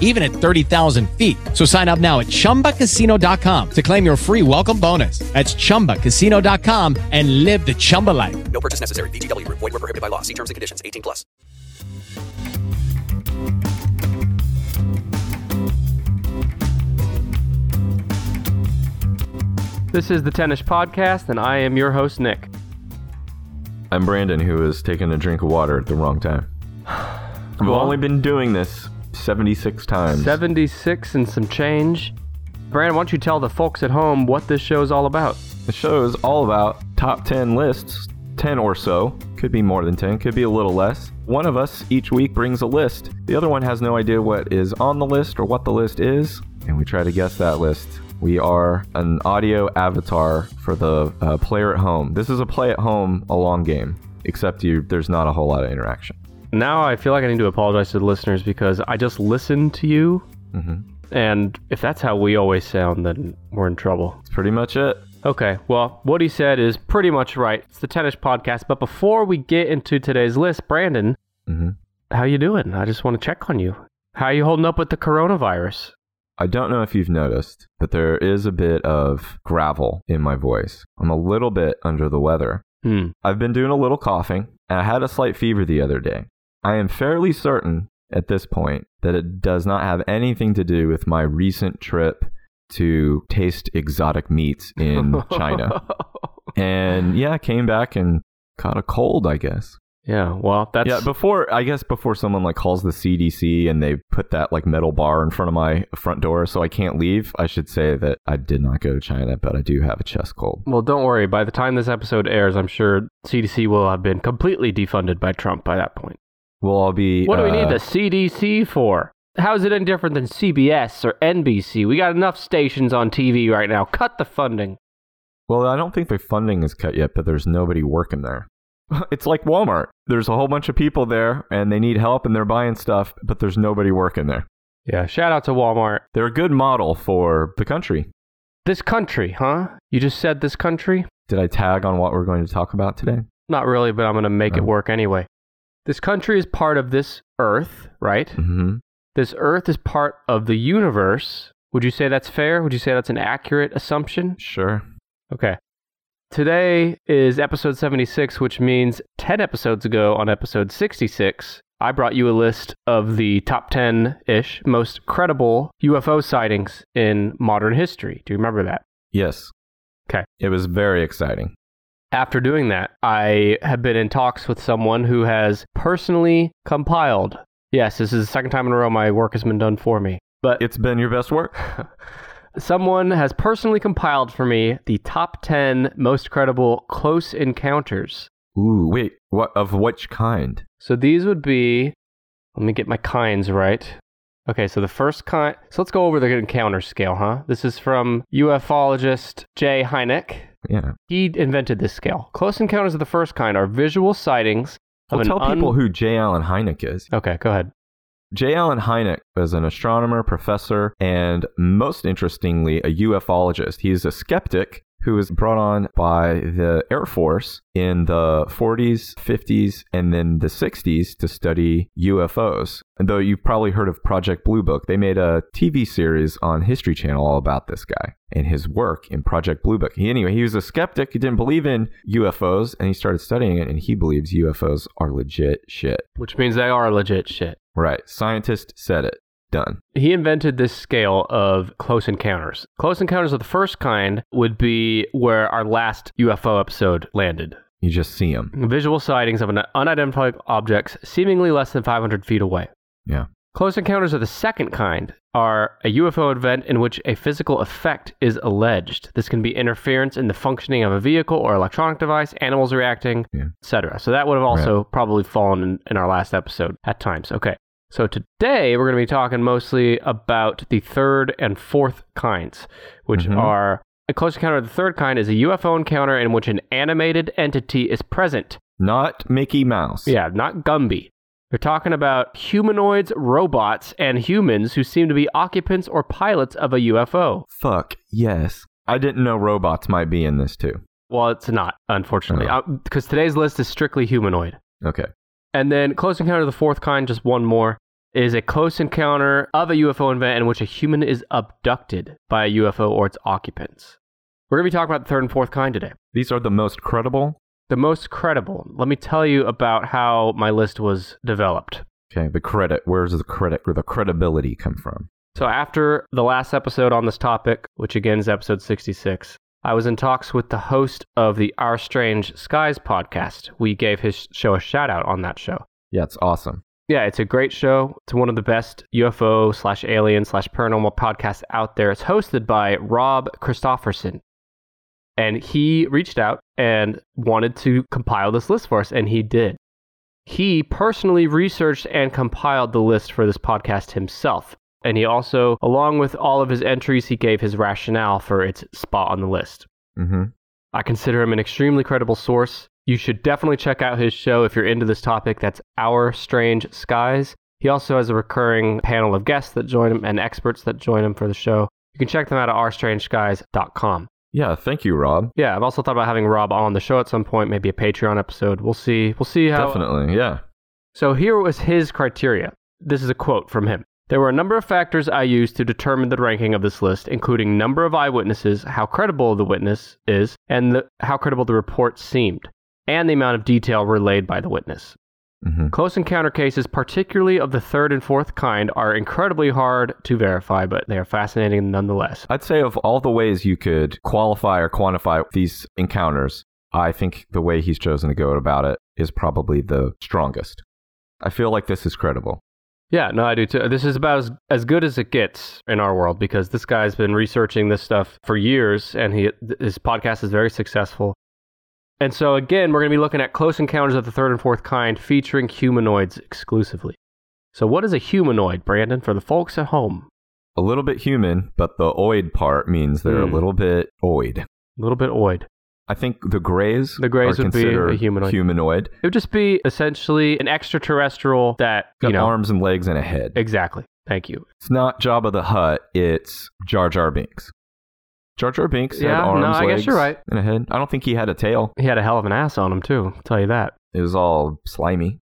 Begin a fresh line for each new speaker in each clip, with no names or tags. even at 30,000 feet. So sign up now at ChumbaCasino.com to claim your free welcome bonus. That's ChumbaCasino.com and live the Chumba life.
No purchase necessary. VGW Group. Void were prohibited by law. See terms and conditions. 18 plus.
This is the Tennis Podcast, and I am your host, Nick.
I'm Brandon, who is taking a drink of water at the wrong time. I've
on.
only been doing this 76 times.
76 and some change. Brandon, why don't you tell the folks at home what this show is all about?
The show is all about top 10 lists, 10 or so. Could be more than 10, could be a little less. One of us each week brings a list. The other one has no idea what is on the list or what the list is, and we try to guess that list. We are an audio avatar for the uh, player at home. This is a play at home, a long game, except you there's not a whole lot of interaction.
Now I feel like I need to apologize to the listeners because I just listened to you,
Mm-hmm.
and if that's how we always sound, then we're in trouble.
That's pretty much it.
Okay, well, what he said is pretty much right. It's the Tennis Podcast, but before we get into today's list, Brandon,
Mhm.
how you doing? I just want to check on you. How you holding up with the coronavirus?
I don't know if you've noticed, but there is a bit of gravel in my voice. I'm a little bit under the weather.
Hmm.
I've been doing a little coughing, and I had a slight fever the other day. I am fairly certain at this point that it does not have anything to do with my recent trip to taste exotic meats in Mm, China. And yeah, I came back and caught a cold, I guess.
yeah, well, that's
yeah, before I guess before someone like calls the CDC and they put that like metal bar in front of my front door so I can't leave, I should say that I did not go to China, but I do have a chest cold.
Well, don't worry. By the time this episode airs, I'm sure CDC will have been completely defunded by Trump by that point.
We'll all be
What do we
uh,
need the CDC for? How is it any different than CBS or NBC? We got enough stations on TV right now. Cut the funding.
Well, I don't think the funding is cut yet, but there's nobody working there. It's like Walmart. There's a whole bunch of people there and they need help and they're buying stuff, but there's nobody working there.
Yeah, shout out to Walmart.
They're a good model for the country.
This country, huh? You just said this country?
Did I tag on what we're going to talk about today?
Not really, but I'm going to make it
No.
work anyway. This country is part of this earth, right?
Mm-hmm.
This earth is part of the universe. Would you say that's fair? Would you say that's an accurate assumption?
Sure.
Okay. Today is episode 76, which means 10 episodes ago on episode 66, I brought you a list of the top 10 ish most credible UFO sightings in modern history. Do you remember that?
Yes.
'Kay.
It was very exciting.
After doing that, I have been in talks with someone who has personally compiled. Yes, this is the second time in a row my work has been done for me. But
It's been your best work.
Someone has personally compiled for me the top 10 most credible close encounters.
Ooh, wait. What of which kind?
So these would be, let me get my kinds right. Okay, so the first kind, so let's go over the encounter scale, huh? This is from ufologist Jay Hynek.
Yeah.
He invented this scale. Close encounters of the first kind are visual sightings of
Well,
an
tell
un-
people who J. Allen Hynek is.
Okay, go ahead.
J. Allen Hynek was an astronomer, professor, and most interestingly, a ufologist. He is a skeptic who was brought on by the Air Force in the 40s, 50s, and then the 60s to study UFOs. And though you've probably heard of Project Blue Book, they made a TV series on History Channel all about this guy and his work in Project Blue Book. He, anyway, he was a skeptic. He didn't believe in UFOs, and he started studying it, and he believes UFOs are legit shit.
Which means they are legit shit.
Right. Scientist said it. Done.
He invented this scale of close encounters. Close encounters of the first kind would be where our last UFO episode landed.
You just see them.
Visual sightings of an unidentified objects seemingly less than 500 feet away.
Yeah.
Close encounters of the second kind are a UFO event in which a physical effect is alleged. This can be interference in the functioning of a vehicle or electronic device, animals reacting,
Yeah.
etc. So that would have also probably fallen in, in our last episode at times. Okay. So today we're going to be talking mostly about the third and fourth kinds, which
Mhm.
are a close encounter of the third kind is a UFO encounter in which an animated entity is present
Not Mickey Mouse.
yeah, not Gumby. They're talking about humanoids, robots, and humans who seem to be occupants or pilots of a UFO.
Fuck, yes. I didn't know robots might be in this too.
Well, it's not, unfortunately,
Oh.
because today's list is strictly humanoid.
Okay.
And then Close Encounter of the Fourth Kind, just one more, is a close encounter of a UFO event in which a human is abducted by a UFO or its occupants. We're going to be talking about the third and fourth kind today.
These are the most credible.
The most credible. Let me tell you about how my list was developed.
Okay, the credit. Where's the credit or the credibility come from?
So, after the last episode on this topic, which again is episode 66, I was in talks with the host of the Our Strange Skies podcast. We gave his show a shout out on that show.
Yeah, it's awesome.
Yeah, it's a great show. It's one of the best UFO slash alien slash paranormal podcasts out there. It's hosted by Rob Christofferson. And he reached out and wanted to compile this list for us, and he did. He personally researched and compiled the list for this podcast himself. And he also, along with all of his entries, he gave his rationale for its spot on the list.
Mm-hmm.
I consider him an extremely credible source. You should definitely check out his show if you're into this topic. That's Our Strange Skies. He also has a recurring panel of guests that join him and experts that join him for the show. You can check them out at ourstrangeskies.com.
Yeah, thank you, Rob.
Yeah, I've also thought about having Rob on the show at some point, maybe a Patreon episode. We'll see. We'll see how
Definitely, yeah.
so here was his criteria. This is a quote from him. There were a number of factors I used to determine the ranking of this list, including number of eyewitnesses, how credible the witness is, and the, how credible the report seemed, and the amount of detail relayed by the witness.
Mm-hmm.
Close encounter cases, particularly of the third and fourth kind, are incredibly hard to verify, but they are fascinating nonetheless.
I'd say of all the ways you could qualify or quantify these encounters, I think the way he's chosen to go about it is probably the strongest. I feel like this is credible.
Yeah, no, I do too. This is about as, as good as it gets in our world because this guy's been researching this stuff for years and he, th- his podcast is very successful. And so, again, we're going to be looking at Close Encounters of the Third and Fourth Kind featuring humanoids exclusively. So, what is a humanoid, Brandon, for the folks at home?
A little bit human, but the oid part means they're
Hmm.
a little bit oid.
A little bit oid.
I think the Greys,
The Greys
are
would be a
considered
humanoid.
humanoid.
It would just be essentially an extraterrestrial that,
Got
you know.
arms and legs and a head.
Exactly. Thank you.
It's not Jabba the Hutt. It's Jar Jar Binks. Jar Jar Binks
Yeah,
had
no,
arms,
I guess
legs,
you're right.
and a head. I don't think he had a tail.
He had a hell of an ass on him, too. I'll tell you that.
It was all slimy.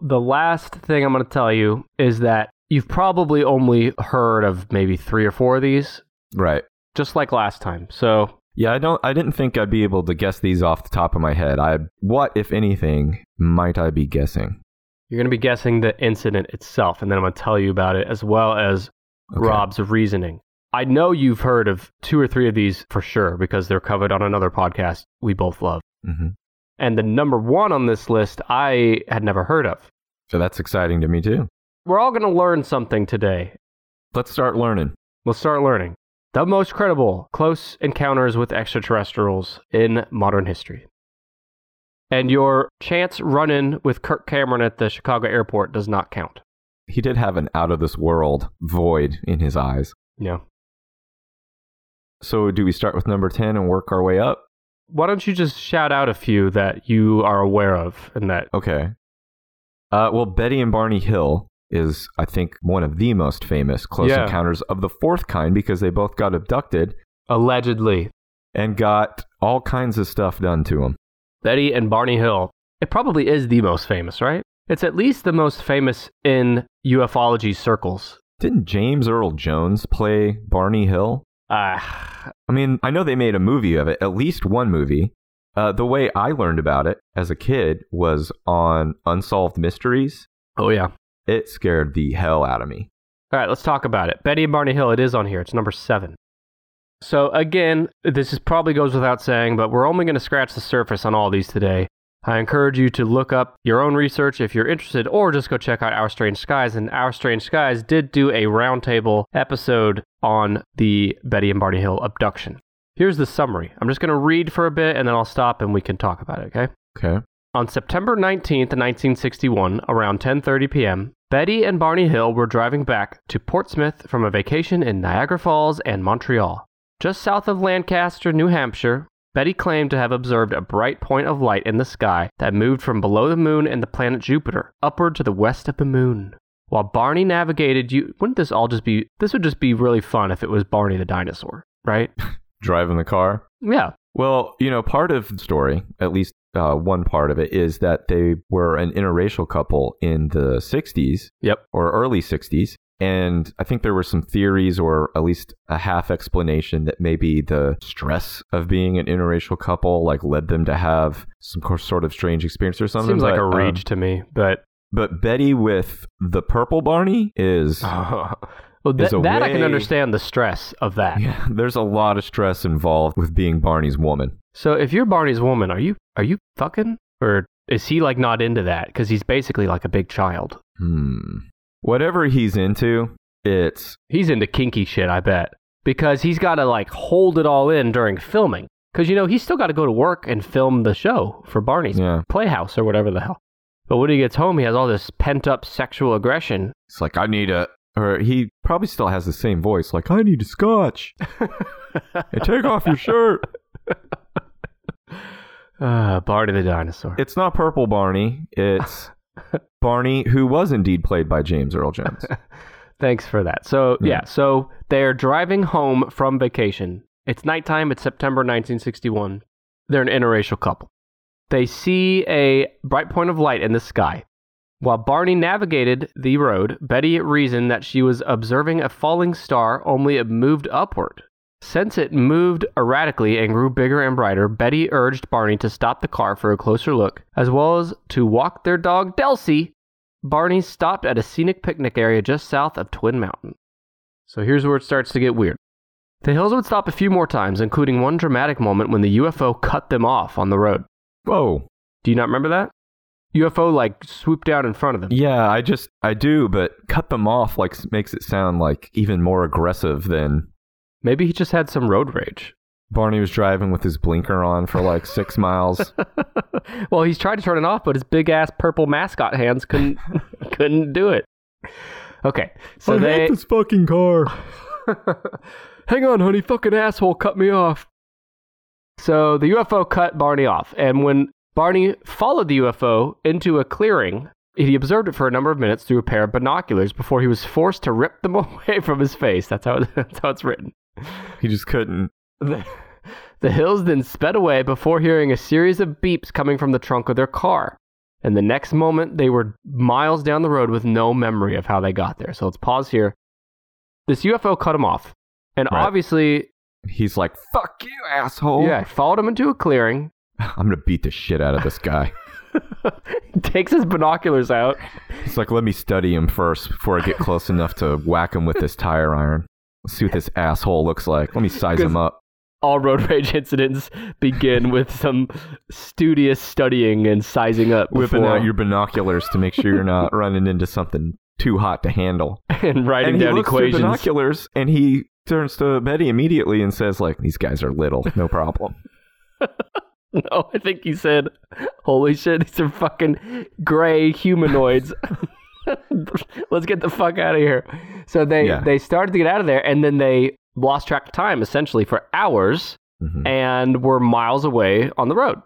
The last thing I'm going to tell you is that you've probably only heard of maybe three or four of these,
Right.
just like last time. So,
Yeah, I don't. I didn't think I'd be able to guess these off the top of my head. I what, if anything, might I be guessing?
you're going to be guessing the incident itself, and then I'm going to tell you about it as well as
Okay.
Rob's reasoning. I know you've heard of two or three of these for sure because they're covered on another podcast we both love.
hmm
And the number one on this list I had never heard of.
So that's exciting to me too.
We're all going to learn something today.
Let's start learning.
We'll start learning. The most credible close encounters with extraterrestrials in modern history. And your chance run in with Kirk Cameron at the Chicago airport does not count.
He did have an out of this world void in his eyes.
No.
So do we start with number ten and work our way up?
Why don't you just shout out a few that you are aware of and that
Okay. Uh, well, Betty and Barney Hill is, I think, one of the most famous close
Yeah.
encounters of the fourth kind because they both got abducted
allegedly
and got all kinds of stuff done to them.
Betty and Barney Hill. It probably is the most famous, right? It's at least the most famous in ufology circles.
Didn't James Earl Jones play Barney Hill?
Ah,
I mean, I know they made a movie of it, at least one movie. Uh, the way I learned about it as a kid was on Unsolved Mysteries.
oh yeah.
It scared the hell out of me.
All right, let's talk about it. Betty and Barney Hill, it is on here. It's number seven. So, again, this is probably goes without saying, but we're only going to scratch the surface on all these today. I encourage you to look up your own research if you're interested, or just go check out Our Strange Skies. And Our Strange Skies did do a roundtable episode on the Betty and Barney Hill abduction. Here's the summary. I'm just going to read for a bit and then I'll stop and we can talk about it, okay?
Okay.
On September 19th, 1961, around 10:30 p.m., Betty and Barney Hill were driving back to Portsmouth from a vacation in Niagara Falls and Montreal. Just south of Lancaster, New Hampshire, Betty claimed to have observed a bright point of light in the sky that moved from below the moon and the planet Jupiter upward to the west of the moon. While Barney navigated, you wouldn't this all just be this would just be really fun if it was Barney the dinosaur, right?
Driving the car.
Yeah.
Well, you know, part of the story, at least uh, one part of it, is that they were an interracial couple in the 60s
Yep.
or early 60s. And I think there were some theories, or at least a half explanation, that maybe the stress of being an interracial couple like led them to have some cor- sort of strange experience or something.
Seems like
but,
a
um,
reach to me, but
but Betty with the purple Barney is
Oh, well,
There's
that,
a
that I can
way-
understand the stress of that.
yeah, there's a lot of stress involved with being Barney's woman.
So if you're Barney's woman, are you are you fucking or is he like not into that because he's basically like a big child?
Hmm. Whatever he's into, it's
He's into kinky shit, I bet, because he's got to like hold it all in during filming. Because you know he's still got to go to work and film the show for Barney's
yeah.
playhouse or whatever the hell. But when he gets home, he has all this pent up sexual aggression.
It's like I need a or he probably still has the same voice, like I need a scotch. and take off your shirt.
Uh, Barney the dinosaur.
It's not purple Barney. It's Barney, who was indeed played by James Earl Jones.
Thanks for that. So, yeah.
Yeah.
so they're driving home from vacation. It's nighttime. It's September 1961. They're an interracial couple. They see a bright point of light in the sky. While Barney navigated the road, Betty reasoned that she was observing a falling star, only it moved upward. Since it moved erratically and grew bigger and brighter, Betty urged Barney to stop the car for a closer look, as well as to walk their dog Delcy Barney stopped at a scenic picnic area just south of Twin Mountain. So here's where it starts to get weird. The hills would stop a few more times, including one dramatic moment when the UFO cut them off on the road.
Whoa.
Do you not remember that? UFO like swooped down in front of them.
Yeah, I just I do, but cut them off like s- makes it sound like even more aggressive than
Maybe he just had some road rage.
Barney was driving with his blinker on for like six miles.
well, he's tried to turn it off, but his big ass purple mascot hands couldn't couldn't do it. Okay, so they
fucking car.
Hang on, honey, fucking asshole cut me off. So the UFO cut Barney off, and when Barney followed the UFO into a clearing, he observed it for a number of minutes through a pair of binoculars before he was forced to rip them away from his face. That's how, that's how it's written.
He just couldn't.
The, the Hills then sped away before hearing a series of beeps coming from the trunk of their car. And the next moment, they were miles down the road with no memory of how they got there. So let's pause here. This UFO cut him off. And
Right. Oh.
obviously,
He's like, "Fuck you, asshole."
yeah, followed him into a clearing,
I'm gonna beat the shit out of this guy.
takes his binoculars out,
He's like, "Let me study him first before I get close enough to whack him with this tire iron. Let's see what this asshole looks like. Let me size him up."
all road rage incidents begin with some studious studying and sizing up
Whipping
before,
out your binoculars to make sure you're not running into something too hot to handle.
and writing
and he
down
looks through
equations.
binoculars and he turns to Betty immediately and says, "Like these guys are little, no problem."
No, I think he said, "Holy shit, these are fucking gray humanoids." Let's get the fuck out of here. So they
Yeah.
they started to get out of there, and then they lost track of time essentially for hours.
Mhm.
and were miles away on the road.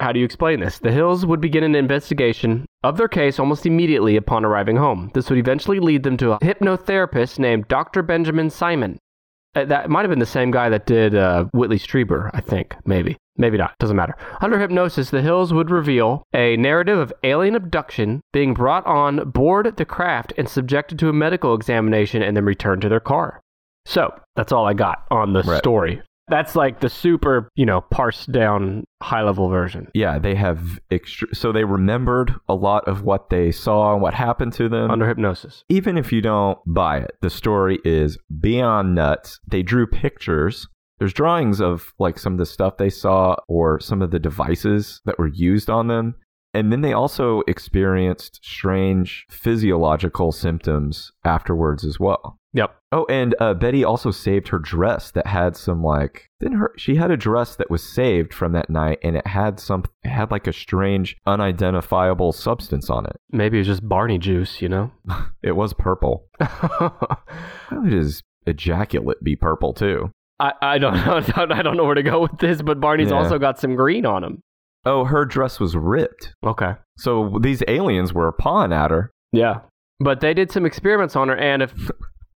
How do you explain this? The Hills would begin an investigation of their case almost immediately upon arriving home. This would eventually lead them to a hypnotherapist named Dr. Benjamin Simon. Uh, that might have been the same guy that did uh, Whitley Strieber, I think. Maybe. Maybe not. Doesn't matter. Under hypnosis, the Hills would reveal a narrative of alien abduction, being brought on board the craft and subjected to a medical examination, and then returned to their car. So that's all I got on the
Right.
story. That's like the super, you know, parsed down high level version.
Yeah, they have extr so they remembered a lot of what they saw and what happened to them.
Under hypnosis.
Even if you don't buy it, the story is beyond nuts. They drew pictures There's drawings of like some of the stuff they saw or some of the devices that were used on them. And then they also experienced strange physiological symptoms afterwards as well.
Yep.
Oh, and uh, Betty also saved her dress that had some like. Didn't her? She had a dress that was saved from that night, and it had some. It had like a strange, unidentifiable substance on it.
Maybe it was just Barney juice, you know?
It was purple.
I,
How would his ejaculate be purple too?
I don't know. I don't know where to go with this, but Barney's
Yeah.
also got some green on him.
Oh, her dress was ripped.
Okay.
So these aliens were pawing at her.
Yeah. But they did some experiments on her and if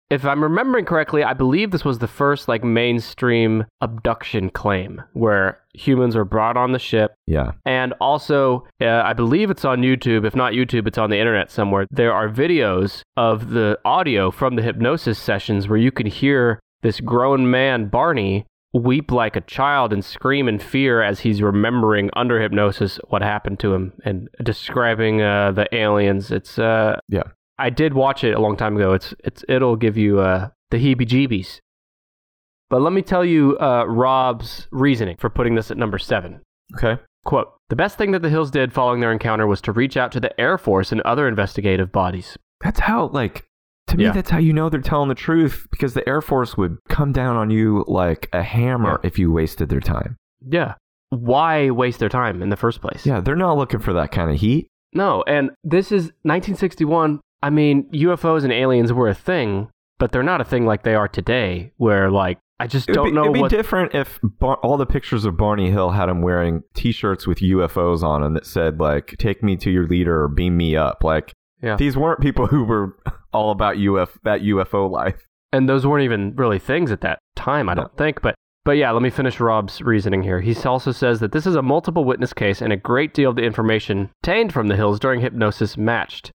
if I'm remembering correctly, I believe this was the first like mainstream abduction claim where humans were brought on the ship
Yeah.
and also uh, I believe it's on YouTube, if not YouTube, it's on the internet somewhere. There are videos of the audio from the hypnosis sessions where you can hear this grown man Barney weep like a child and scream in fear as he's remembering under hypnosis what happened to him and describing uh, the aliens. It's uh
Yeah.
I did watch it a long time ago. It's it's it'll give you uh the heebie-jeebies. But let me tell you uh, Rob's reasoning for putting this at number seven.
Okay.
Quote The best thing that the Hills did following their encounter was to reach out to the Air Force and other investigative bodies.
That's how like. To me,
Yeah.
that's how you know they're telling the truth because the Air Force would come down on you like a hammer if you wasted their time.
Yeah. Why waste their time in the first place?
Yeah, they're not looking for that kind of heat.
No, and this is 1961. I mean, UFOs and aliens were a thing, but they're not a thing like they are today, where, like, I just
It'd
don't
be,
know
it'd be
what.
different if Bar- all the pictures of Barney Hill had him wearing T-shirts with UFOs on them that said like "Take me to your leader" or "Beam me up." Like
Yeah.
these weren't people who were all about UF that UFO life.
and those weren't even really things at that time, I don't think. But but yeah, let me finish Rob's reasoning here. He also says that this is a multiple witness case, and a great deal of the information obtained from the Hills during hypnosis matched.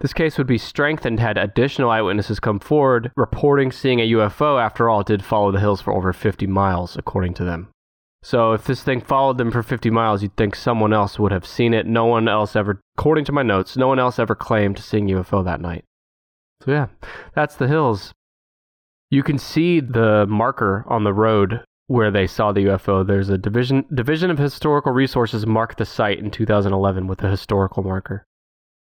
This case would be strengthened had additional eyewitnesses come forward reporting seeing a UFO. After all, it did follow the hills for over 50 miles, according to them. So if this thing followed them for 50 miles, you'd think someone else would have seen it. No one else ever, according to my notes, no one else ever claimed seeing UFO that night. So yeah, that's the hills. You can see the marker on the road where they saw the UFO. There's a division Division of Historical Resources marked the site in 2011 with a historical marker.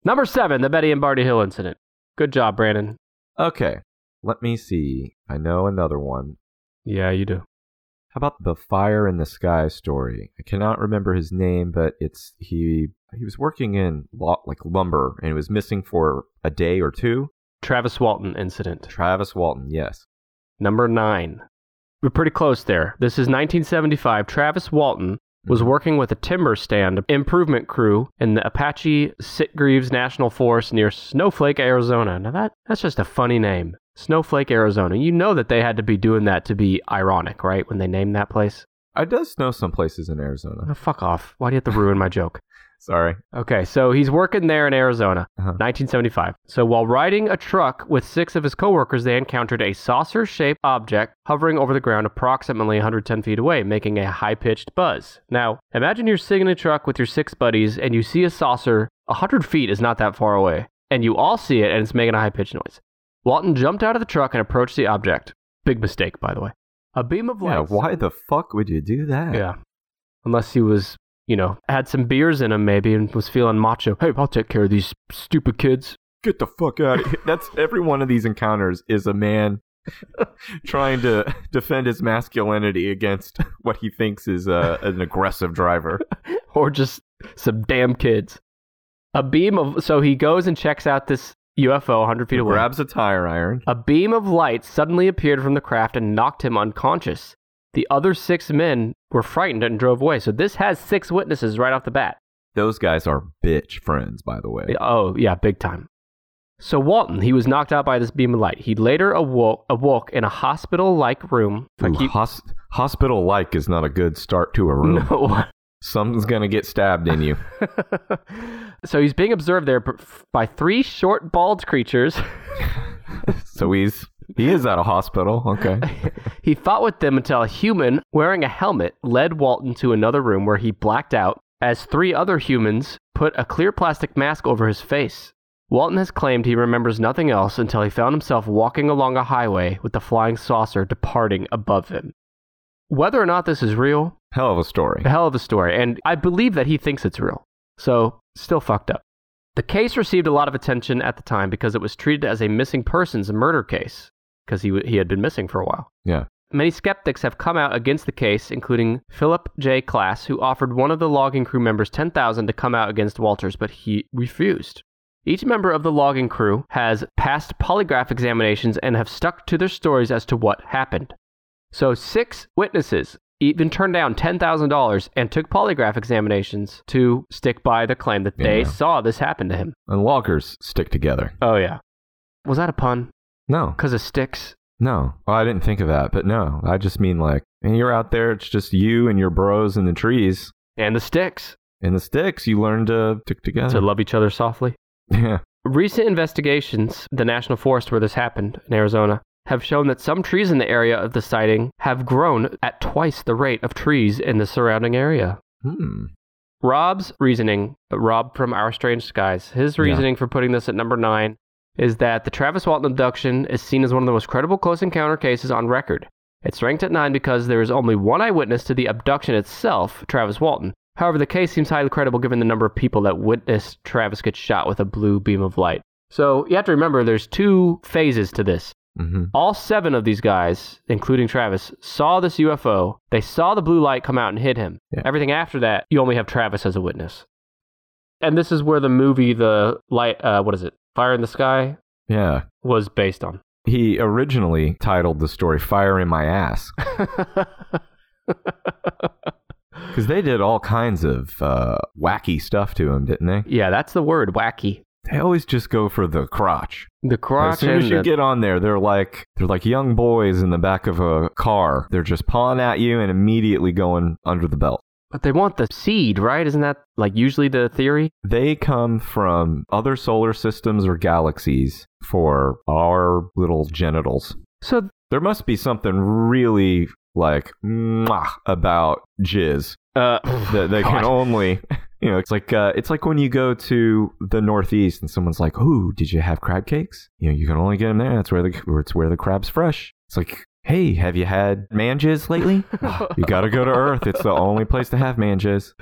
Number seven, the Betty and Barney Hill incident. Good job, Brandon.
Okay, let me see. I know another one.
Yeah, you do.
How about the fire in the sky story? I cannot remember his name, but it's he. He was working in lo- like lumber and he was missing for a day or two.
Travis Walton incident.
Travis Walton, yes.
Number nine. We're pretty close there. This is 1975. Travis Walton was working with a timber stand improvement crew in the Apache Sitgreaves National Forest near Snowflake, Arizona. Now that that's just a funny name. Snowflake, Arizona. You know that they had to be doing that to be ironic, right? When they named that place.
I does know some places in Arizona.
Oh, fuck off. Why do you have to ruin my joke?
Sorry.
Okay, so he's working there in Arizona,
Uh-huh.
1975. So while riding a truck with six of his coworkers, they encountered a saucer shaped object hovering over the ground approximately 110 feet away, making a high pitched buzz. Now, imagine you're sitting in a truck with your six buddies and you see a saucer 100 feet is not that far away, and you all see it and it's making a high pitched noise. Walton jumped out of the truck and approached the object. Big mistake, by the way. A beam of light.
Yeah, why the fuck would you do that?
Yeah. Unless he was, you know, had some beers in him maybe and was feeling macho. Hey, I'll take care of these stupid kids.
Get the fuck out of here. That's every one of these encounters is a man trying to defend his masculinity against what he thinks is uh, an aggressive driver.
Or just some damn kids. A beam of. So he goes and checks out this UFO 100 feet away.
Grabs a tire iron.
A beam of light suddenly appeared from the craft and knocked him unconscious. The other six men were frightened and drove away. So this has six witnesses right off the bat.
Those guys are bitch friends, by the way.
Oh, yeah, big time. So Walton, he was knocked out by this beam of light. He later awoke, awoke in a hospital-like room. If I
Ooh,
keep-
hos- hospital like is not a good start to a room.
No.
Something's gonna get stabbed in you.
so he's being observed there b- by three short, bald creatures.
so he's he is at a hospital. Okay.
he fought with them until a human wearing a helmet led Walton to another room where he blacked out as three other humans put a clear plastic mask over his face. Walton has claimed he remembers nothing else until he found himself walking along a highway with the flying saucer departing above him. Whether or not this is real,
Hell of a story.
a hell of a story, and I believe that he thinks it's real. So, still fucked up. The case received a lot of attention at the time because it was treated as a missing persons murder case because he, w- he had been missing for a while.
Yeah.
Many skeptics have come out against the case, including Philip J. Class, who offered one of the logging crew members 10,000 to come out against Walters, but he refused. Each member of the logging crew has passed polygraph examinations and have stuck to their stories as to what happened. So, six witnesses even turned down $10,000 and took polygraph examinations to stick by the claim that they
Yeah.
saw this happen to him.
And loggers stick together.
Oh, yeah. Was that a pun?
No,
Because of sticks?
no. Well, I didn't think of that, but no. I just mean like, and you're out there, it's just you and your bros in the trees.
And the sticks.
In the sticks, you learn to stick together.
To love each other softly.
yeah.
Recent investigations, the national forest where this happened in Arizona, have shown that some trees in the area of the sighting have grown at twice the rate of trees in the surrounding area.
Hmm.
Rob's reasoning, uh, Rob from Our Strange Skies, his
Yeah.
reasoning for putting this at number nine is that the Travis Walton abduction is seen as one of the most credible close encounter cases on record. It's ranked at nine because there is only one eyewitness to the abduction itself, Travis Walton. However, the case seems highly credible given the number of people that witnessed Travis get shot with a blue beam of light. So you have to remember there's two phases to this.
hmm
All seven of these guys, including Travis, saw this UFO. They saw the blue light come out and hit him.
Yeah.
Everything after that, you only have Travis as a witness. And this is where the movie, the light, uh, what is it, Fire in the Sky,
Yeah.
was based on.
He originally titled the story Fire in My Ass because they did all kinds of uh, wacky stuff to him, didn't they?
yeah, that's the word, wacky.
They always just go for the crotch.
The crotch
as soon as
and
you
the-
get on there, they're like they're like young boys in the back of a car. They're just pawing at you and immediately going under the belt.
but they want the seed, right? Isn't that like usually the theory?
They come from other solar systems or galaxies for our little genitals.
So
There must be something really like mwah, about jizz
uh,
that they can
God.
only. You know, it's like uh, it's like when you go to the Northeast and someone's like, "Oh, did you have crab cakes?" You know, you can only get them there. That's where the where it's where the crab's fresh. It's like, "Hey, have you had man jizz lately?" you got to go to Earth. It's the only place to have man jizz.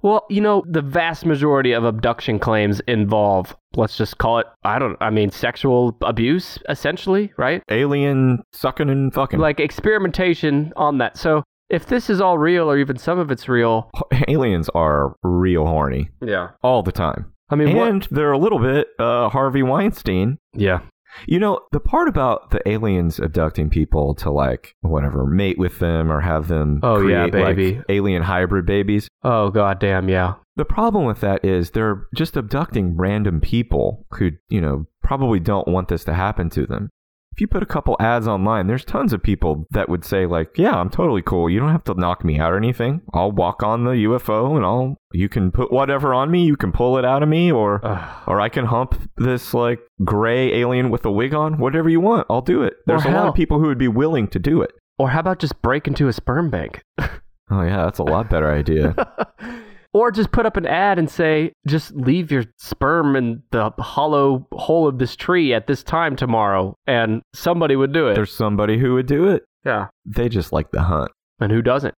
Well, you know, the vast majority of abduction claims involve, let's just call it, I don't, I mean, sexual abuse, essentially, right?
Alien sucking and fucking.
Like experimentation on that. So if this is all real, or even some of it's real,
aliens are real horny
yeah.
all the time,
I mean, what?
and they're a little bit uh, Harvey Weinstein.
Yeah.
You know, the part about the aliens abducting people to like whatever mate with them or have them
Oh, yeah,
create, like,
baby.
alien hybrid babies.
Oh goddamn, yeah.
The problem with that is they're just abducting random people who, you know, probably don't want this to happen to them. If you put a couple ads online, there's tons of people that would say like, "Yeah, I'm totally cool. You don't have to knock me out or anything. I'll walk on the UFO and I'll you can put whatever on me, you can pull it out of me or
Ugh.
or I can hump this like gray alien with a wig on, whatever you want, I'll do it. There's a lot
hell-
of people who would be willing to do it.
Or how about just break into a sperm bank?
Oh yeah, that's a lot better idea.
Or just put up an ad and say, just leave your sperm in the hollow hole of this tree at this time tomorrow, and somebody would do it.
There's somebody who would do it.
yeah.
They just like the hunt.
and who doesn't?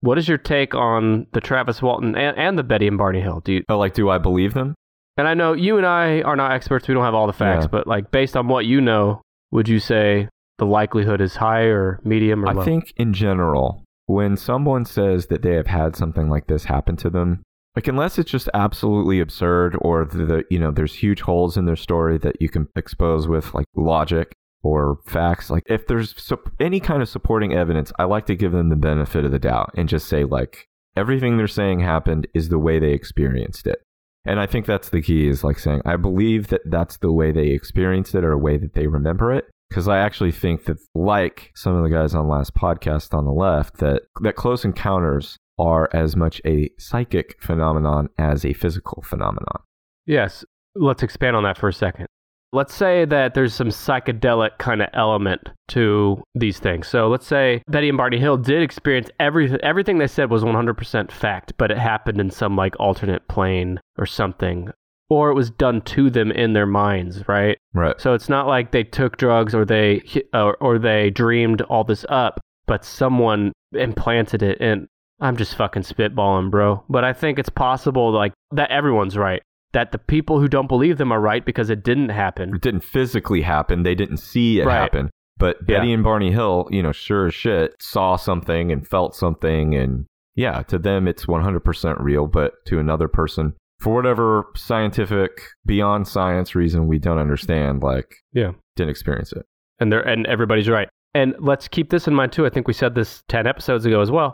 What is your take on the Travis Walton and, and the Betty and Barney Hill? Do you,
Oh, like do I believe them?
and I know you and I are not experts; we don't have all the facts,
Yeah.
but like based on what you know, would you say the likelihood is high or medium or
I
low?
think in general, when someone says that they have had something like this happen to them, like unless it's just absolutely absurd or the, the you know there's huge holes in their story that you can expose with like logic or facts like if there's sup- any kind of supporting evidence i like to give them the benefit of the doubt and just say like everything they're saying happened is the way they experienced it and i think that's the key is like saying i believe that that's the way they experienced it or a way that they remember it because i actually think that like some of the guys on last podcast on the left that that close encounters are as much a psychic phenomenon as a physical phenomenon
yes. Let's expand on that for a second. Let's say that there's some psychedelic kind of element to these things. So let's say Betty and Barney Hill did experience everything. Everything they said was 100% fact, but it happened in some like alternate plane or something, or it was done to them in their minds, right?
right
So it's not like they took drugs or they or, or they dreamed all this up, but someone implanted it and I'm just fucking spitballing, bro. But I think it's possible like that everyone's right. That the people who don't believe them are right because it didn't happen.
It didn't physically happen. They didn't see it
Right.
happen. But
Yeah.
Betty and Barney Hill, you know, sure as shit, saw something and felt something. And yeah, to them, it's 100% real. But to another person, for whatever scientific, beyond science reason we don't understand, like,
Yeah.
didn't experience it.
and they're and everybody's right. And let's keep this in mind too. I think we said this ten episodes ago as well.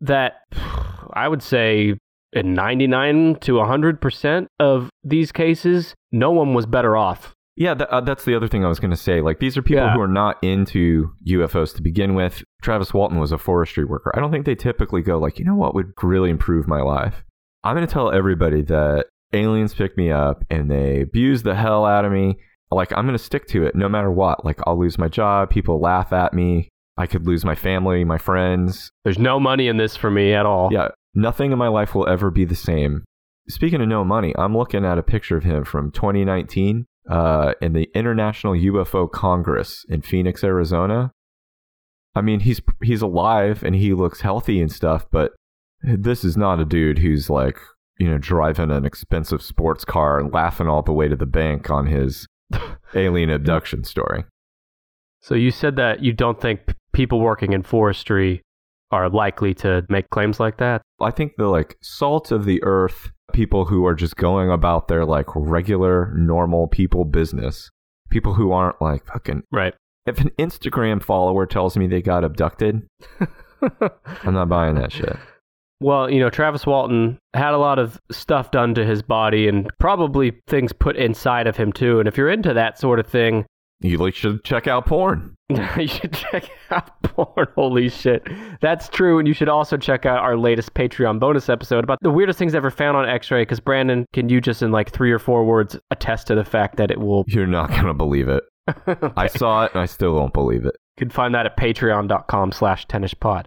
That I would say in ninety nine to hundred percent of these cases, no one was better off.
Yeah, th- uh, that's the other thing I was going to say. Like, these are people
Yeah.
who are not into UFOs to begin with. Travis Walton was a forestry worker. I don't think they typically go, like, you know what would really improve my life? I'm going to tell everybody that aliens picked me up and they abused the hell out of me. Like, I'm going to stick to it no matter what. Like, I'll lose my job. People laugh at me. I could lose my family, my friends.
There's no money in this for me at all.
Yeah, nothing in my life will ever be the same. Speaking of no money, I'm looking at a picture of him from 2019 uh, in the International UFO Congress in Phoenix, Arizona. I mean, he's he's alive and he looks healthy and stuff, but this is not a dude who's like you know driving an expensive sports car and laughing all the way to the bank on his alien abduction story.
So you said that you don't think p- people working in forestry are likely to make claims like that.
I think the like salt of the earth people who are just going about their like regular normal people business. People who aren't like fucking
Right.
if an Instagram follower tells me they got abducted, I'm not buying that shit.
Well, you know, Travis Walton had a lot of stuff done to his body and probably things put inside of him too. And if you're into that sort of thing,
You like, should check out porn.
you should check out porn. Holy shit. That's true. And you should also check out our latest Patreon bonus episode about the weirdest things ever found on X ray. Because, Brandon, can you just in like three or four words attest to the fact that it will.
You're not gonna believe it. I saw it and I still don't believe it.
You can find that at patreon.com slash tennispod.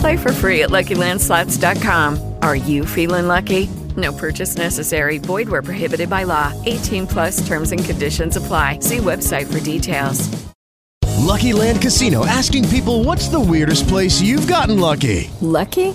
Play for free at LuckyLandSlots.com. Are you feeling lucky? No purchase necessary. Void where prohibited by law. 18 plus terms and conditions apply. See website for details.
Lucky Land Casino asking people what's the weirdest place you've gotten lucky?
Lucky?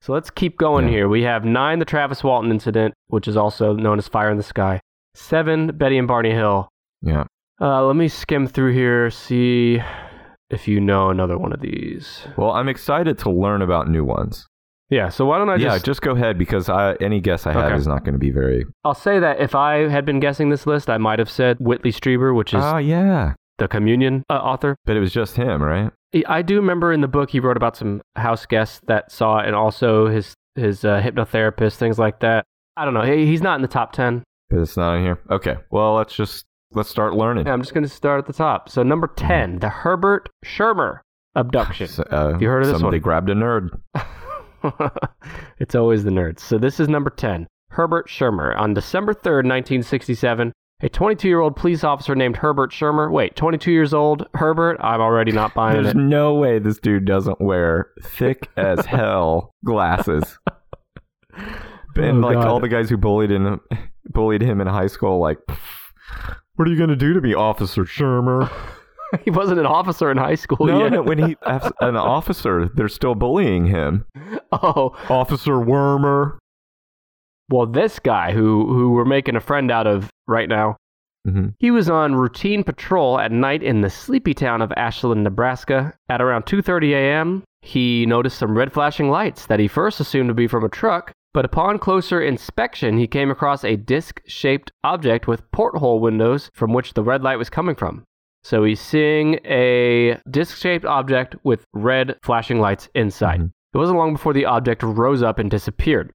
So let's keep going
Yeah.
here. We have nine, the Travis Walton incident, which is also known as Fire in the Sky. Seven, Betty and Barney Hill.
Yeah.
Uh, let me skim through here, see if you know another one of these.
Well, I'm excited to learn about new ones.
Yeah, so why don't I
yeah,
just
just go ahead because I, any guess I have
Okay.
is not going to be very.
I'll say that if I had been guessing this list, I might have said Whitley Strieber, which is
Ah, yeah.
the Communion uh, author.
But it was just him, right?
I- I do remember in the book he wrote about some house guests that saw it, and also his his uh, hypnotherapist, things like that. I don't know. He, he's not in the top ten.
But it's not in here. Okay. Well, let's just let's start learning.
Yeah, I'm just going to start at the top. So number ten, the Herbert Shermer abduction.
So, uh,
you heard of this
somebody
one?
grabbed a nerd.
it's always the nerds. So this is number 10. Herbert Shermer. On December 3rd, 1967, a 22 year old police officer named Herbert Shermer. Wait, 22 years old? Herbert? I'm already not buying
There's
it.
no way this dude doesn't wear thick as hell glasses. and
Oh,
like
God.
all the guys who bullied him, bullied him in high school, like, "Pff, what are you gonna do to me, Officer Shermer?
he wasn't an officer in high school
no,
yet.
no, when he as an officer, they're still bullying him.
Oh,
Officer Wormer.
well, this guy who, who we're making a friend out of right now,
hmm
He was on routine patrol at night in the sleepy town of Ashland, Nebraska. At around 2:30 a.m., he noticed some red flashing lights that he first assumed to be from a truck, but upon closer inspection, he came across a disc-shaped object with porthole windows from which the red light was coming from. So he's seeing a disc shaped object with red flashing lights inside. It wasn't long before the object rose up and disappeared.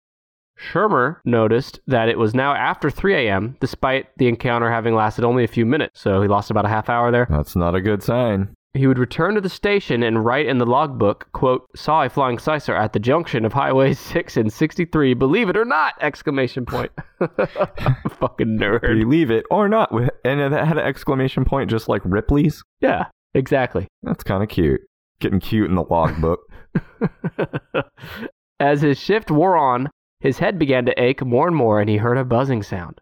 Shermer noticed that it was now after 3 a.m., despite the encounter having lasted only a few minutes, so he lost about a half hour there.
That's not a good sign.
He would return to the station and write in the logbook, quote, saw a flying saucer at the junction of highways 6 and 63, believe it or not! Exclamation point. Fucking nerd.
Believe it or not, with- and it had an exclamation point just like Ripley's.
Yeah, exactly.
That's kind of cute. Getting cute in the logbook.
As his shift wore on, his head began to ache more and more, and he heard a buzzing sound.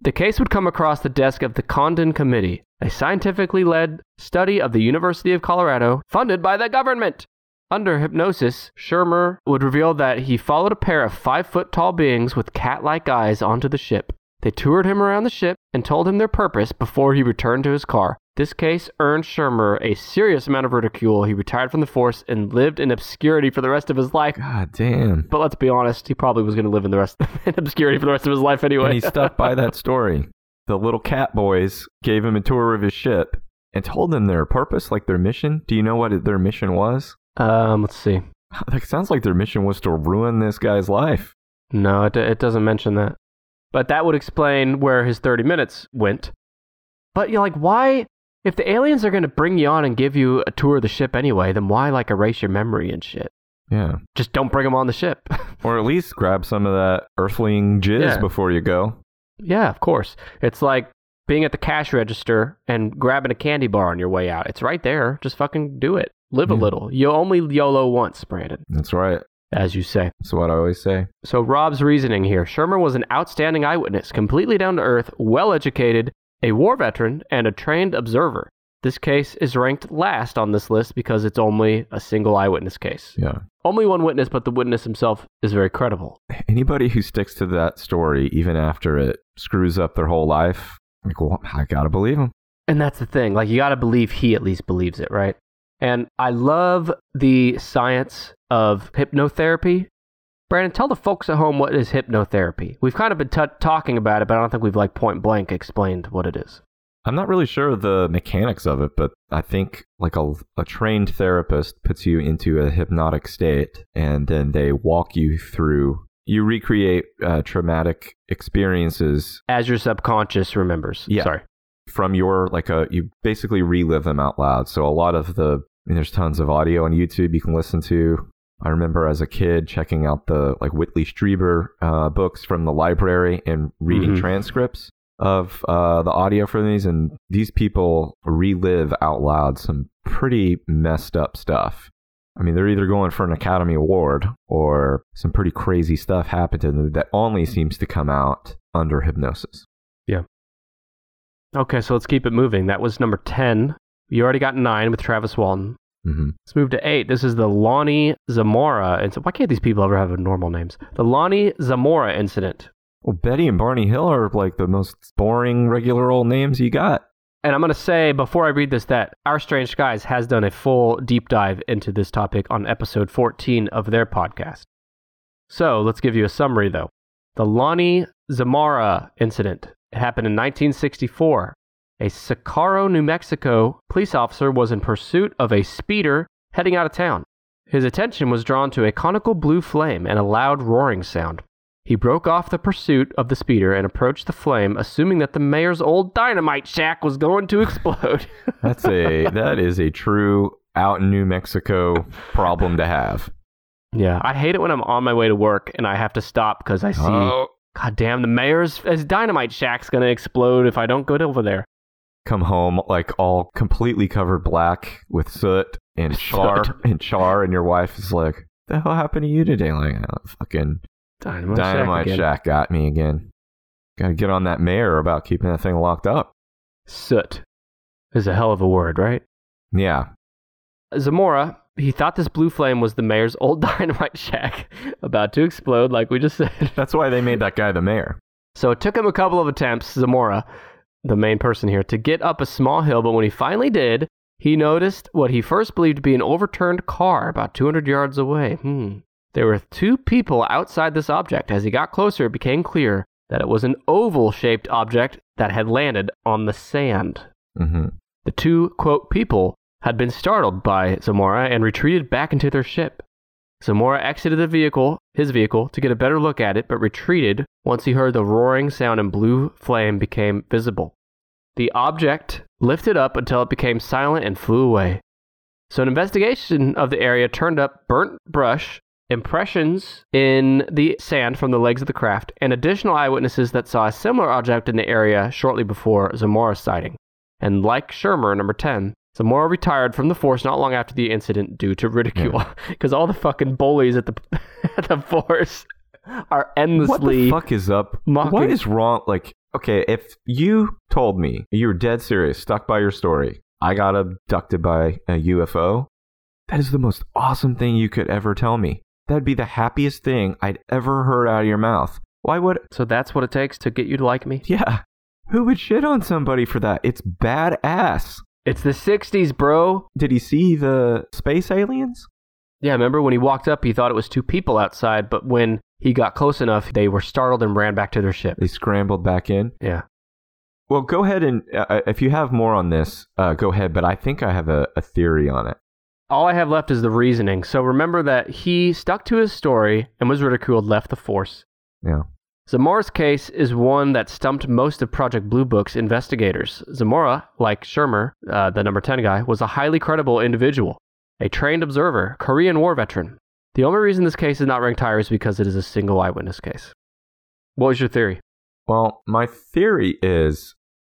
The case would come across the desk of the Condon Committee, a scientifically led study of the University of Colorado funded by the government. Under hypnosis, Shermer would reveal that he followed a pair of five foot tall beings with cat like eyes onto the ship. They toured him around the ship and told him their purpose before he returned to his car. This case earned Shermer a serious amount of ridicule. He retired from the force and lived in obscurity for the rest of his life.
God damn.
But let's be honest, he probably was going to live in the rest in obscurity for the rest of his life anyway.
And he's stuck by that story. The little cat boys gave him a tour of his ship and told them their purpose, like their mission. Do you know what their mission was?
um, let's see.
It sounds like their mission was to ruin this guy's life.
No, it, it doesn't mention that. But that would explain where his 30 minutes went. But you're like, why? If the aliens are going to bring you on and give you a tour of the ship anyway, then why like erase your memory and shit?
Yeah.
Just don't bring them on the ship.
Or at least grab some of that earthling jizz
Yeah.
before you go.
yeah, of course. It's like being at the cash register and grabbing a candy bar on your way out. It's right there. Just fucking do it. Live a
Yeah.
little. You only YOLO once, Brandon,
That's right.
as you say.
That's what I always say.
So, Rob's reasoning here Shermer was an outstanding eyewitness, completely down to earth, well educated, a war veteran, and a trained observer. This case is ranked last on this list because it's only a single eyewitness case.
Yeah.
Only one witness, but the witness himself is very credible.
Anybody who sticks to that story, even after it screws up their whole life, like, well, I gotta believe him.
And that's the thing. Like, you got to believe he at least believes it, right? And I love the science of hypnotherapy. Brandon, tell the folks at home what is hypnotherapy. We've kind of been t- talking about it, but I don't think we've like point blank explained what it is.
I'm not really sure of the mechanics of it, but I think like a, a trained therapist puts you into a hypnotic state and then they walk you through, you recreate uh, traumatic experiences
as your subconscious remembers.
Yeah.
Sorry.
from your like a you basically relive them out loud. So a lot of the and there's tons of audio on YouTube you can listen to. I remember as a kid checking out the like Whitley Strieber uh, books from the library and reading
Mhm.
transcripts of uh, the audio from these, and these people relive out loud some pretty messed up stuff. I mean, they're either going for an Academy Award or some pretty crazy stuff happened to them that only seems to come out under hypnosis.
Okay, so let's keep it moving. That was number 10. You already got nine with Travis Walton.
Mm-hmm.
Let's move to eight. This is the Lonnie Zamora. And so, why can't these people ever have normal names? The Lonnie Zamora incident.
Well, Betty and Barney Hill are like the most boring regular old names you got.
And I'm going to say before I read this that Our Strange Skies has done a full deep dive into this topic on episode 14 of their podcast. So let's give you a summary though. The Lonnie Zamora incident happened in 1964. A Socorro, New Mexico police officer was in pursuit of a speeder heading out of town. His attention was drawn to a conical blue flame and a loud roaring sound. He broke off the pursuit of the speeder and approached the flame, assuming that the mayor's old dynamite shack was going to explode.
That's a that is a true out in New Mexico problem to have.
yeah, I hate it when I'm on my way to work and I have to stop because I see,
Oh.
God damn, the mayor's his dynamite shack's going to explode if I don't go over there.
Come home like all completely covered black with soot and char
Soot.
and char, and your wife is like, "The hell happened to you today?" Like, "Oh, fucking
Dynamite,
dynamite
again.
shack got me again. Got to get on that mayor about keeping that thing locked up.
Soot is a hell of a word, right?
Yeah,
Zamora, he thought this blue flame was the mayor's old dynamite shack about to explode, like we just said.
that's why they made that guy the mayor.
So it took him a couple of attempts, Zamora, the main person here, to get up a small hill, but when he finally did, he noticed what he first believed to be an overturned car about 200 yards away. Hmm. There were two people outside this object. As he got closer, it became clear that it was an oval shaped object that had landed on the sand.
Mm-hmm.
The two, quote, people had been startled by Zamora and retreated back into their ship. Zamora exited the vehicle, his vehicle, to get a better look at it, but retreated once he heard the roaring sound and blue flame became visible. The object lifted up until it became silent and flew away. So, an investigation of the area turned up burnt brush, impressions in the sand from the legs of the craft, and additional eyewitnesses that saw a similar object in the area shortly before Zamora's sighting. And like Shermer, number 10, Zamora retired from the force not long after the incident due to ridicule. Because all the fucking bullies at the, at the force are
What
endlessly.
the fuck is up?
mocking-
What is wrong? Like, okay, if you told me you were dead serious, stuck by your story, I got abducted by a UFO, that is the most awesome thing you could ever tell me. That'd be the happiest thing I'd ever heard out of your mouth. Why would,
so, that's what it takes to get you to like me?
yeah, who would shit on somebody for that? It's badass.
It's the 60s, bro.
Did he see the space aliens?
Yeah, remember when he walked up, he thought it was two people outside, but when he got close enough, they were startled and ran back to their ship.
They scrambled back in.
Yeah.
Well, go ahead and uh, if you have more on this, uh, go ahead. But I think I have a, a theory on it.
All I have left is the reasoning. So remember that he stuck to his story and was ridiculed, left the force.
Yeah.
Zamora's case is one that stumped most of Project Blue Book's investigators. Zamora, like Shermer, uh, the number 10 guy, was a highly credible individual, a trained observer, Korean War veteran. The only reason this case is not ranked higher is because it is a single eyewitness case. What was your theory?
Well, my theory is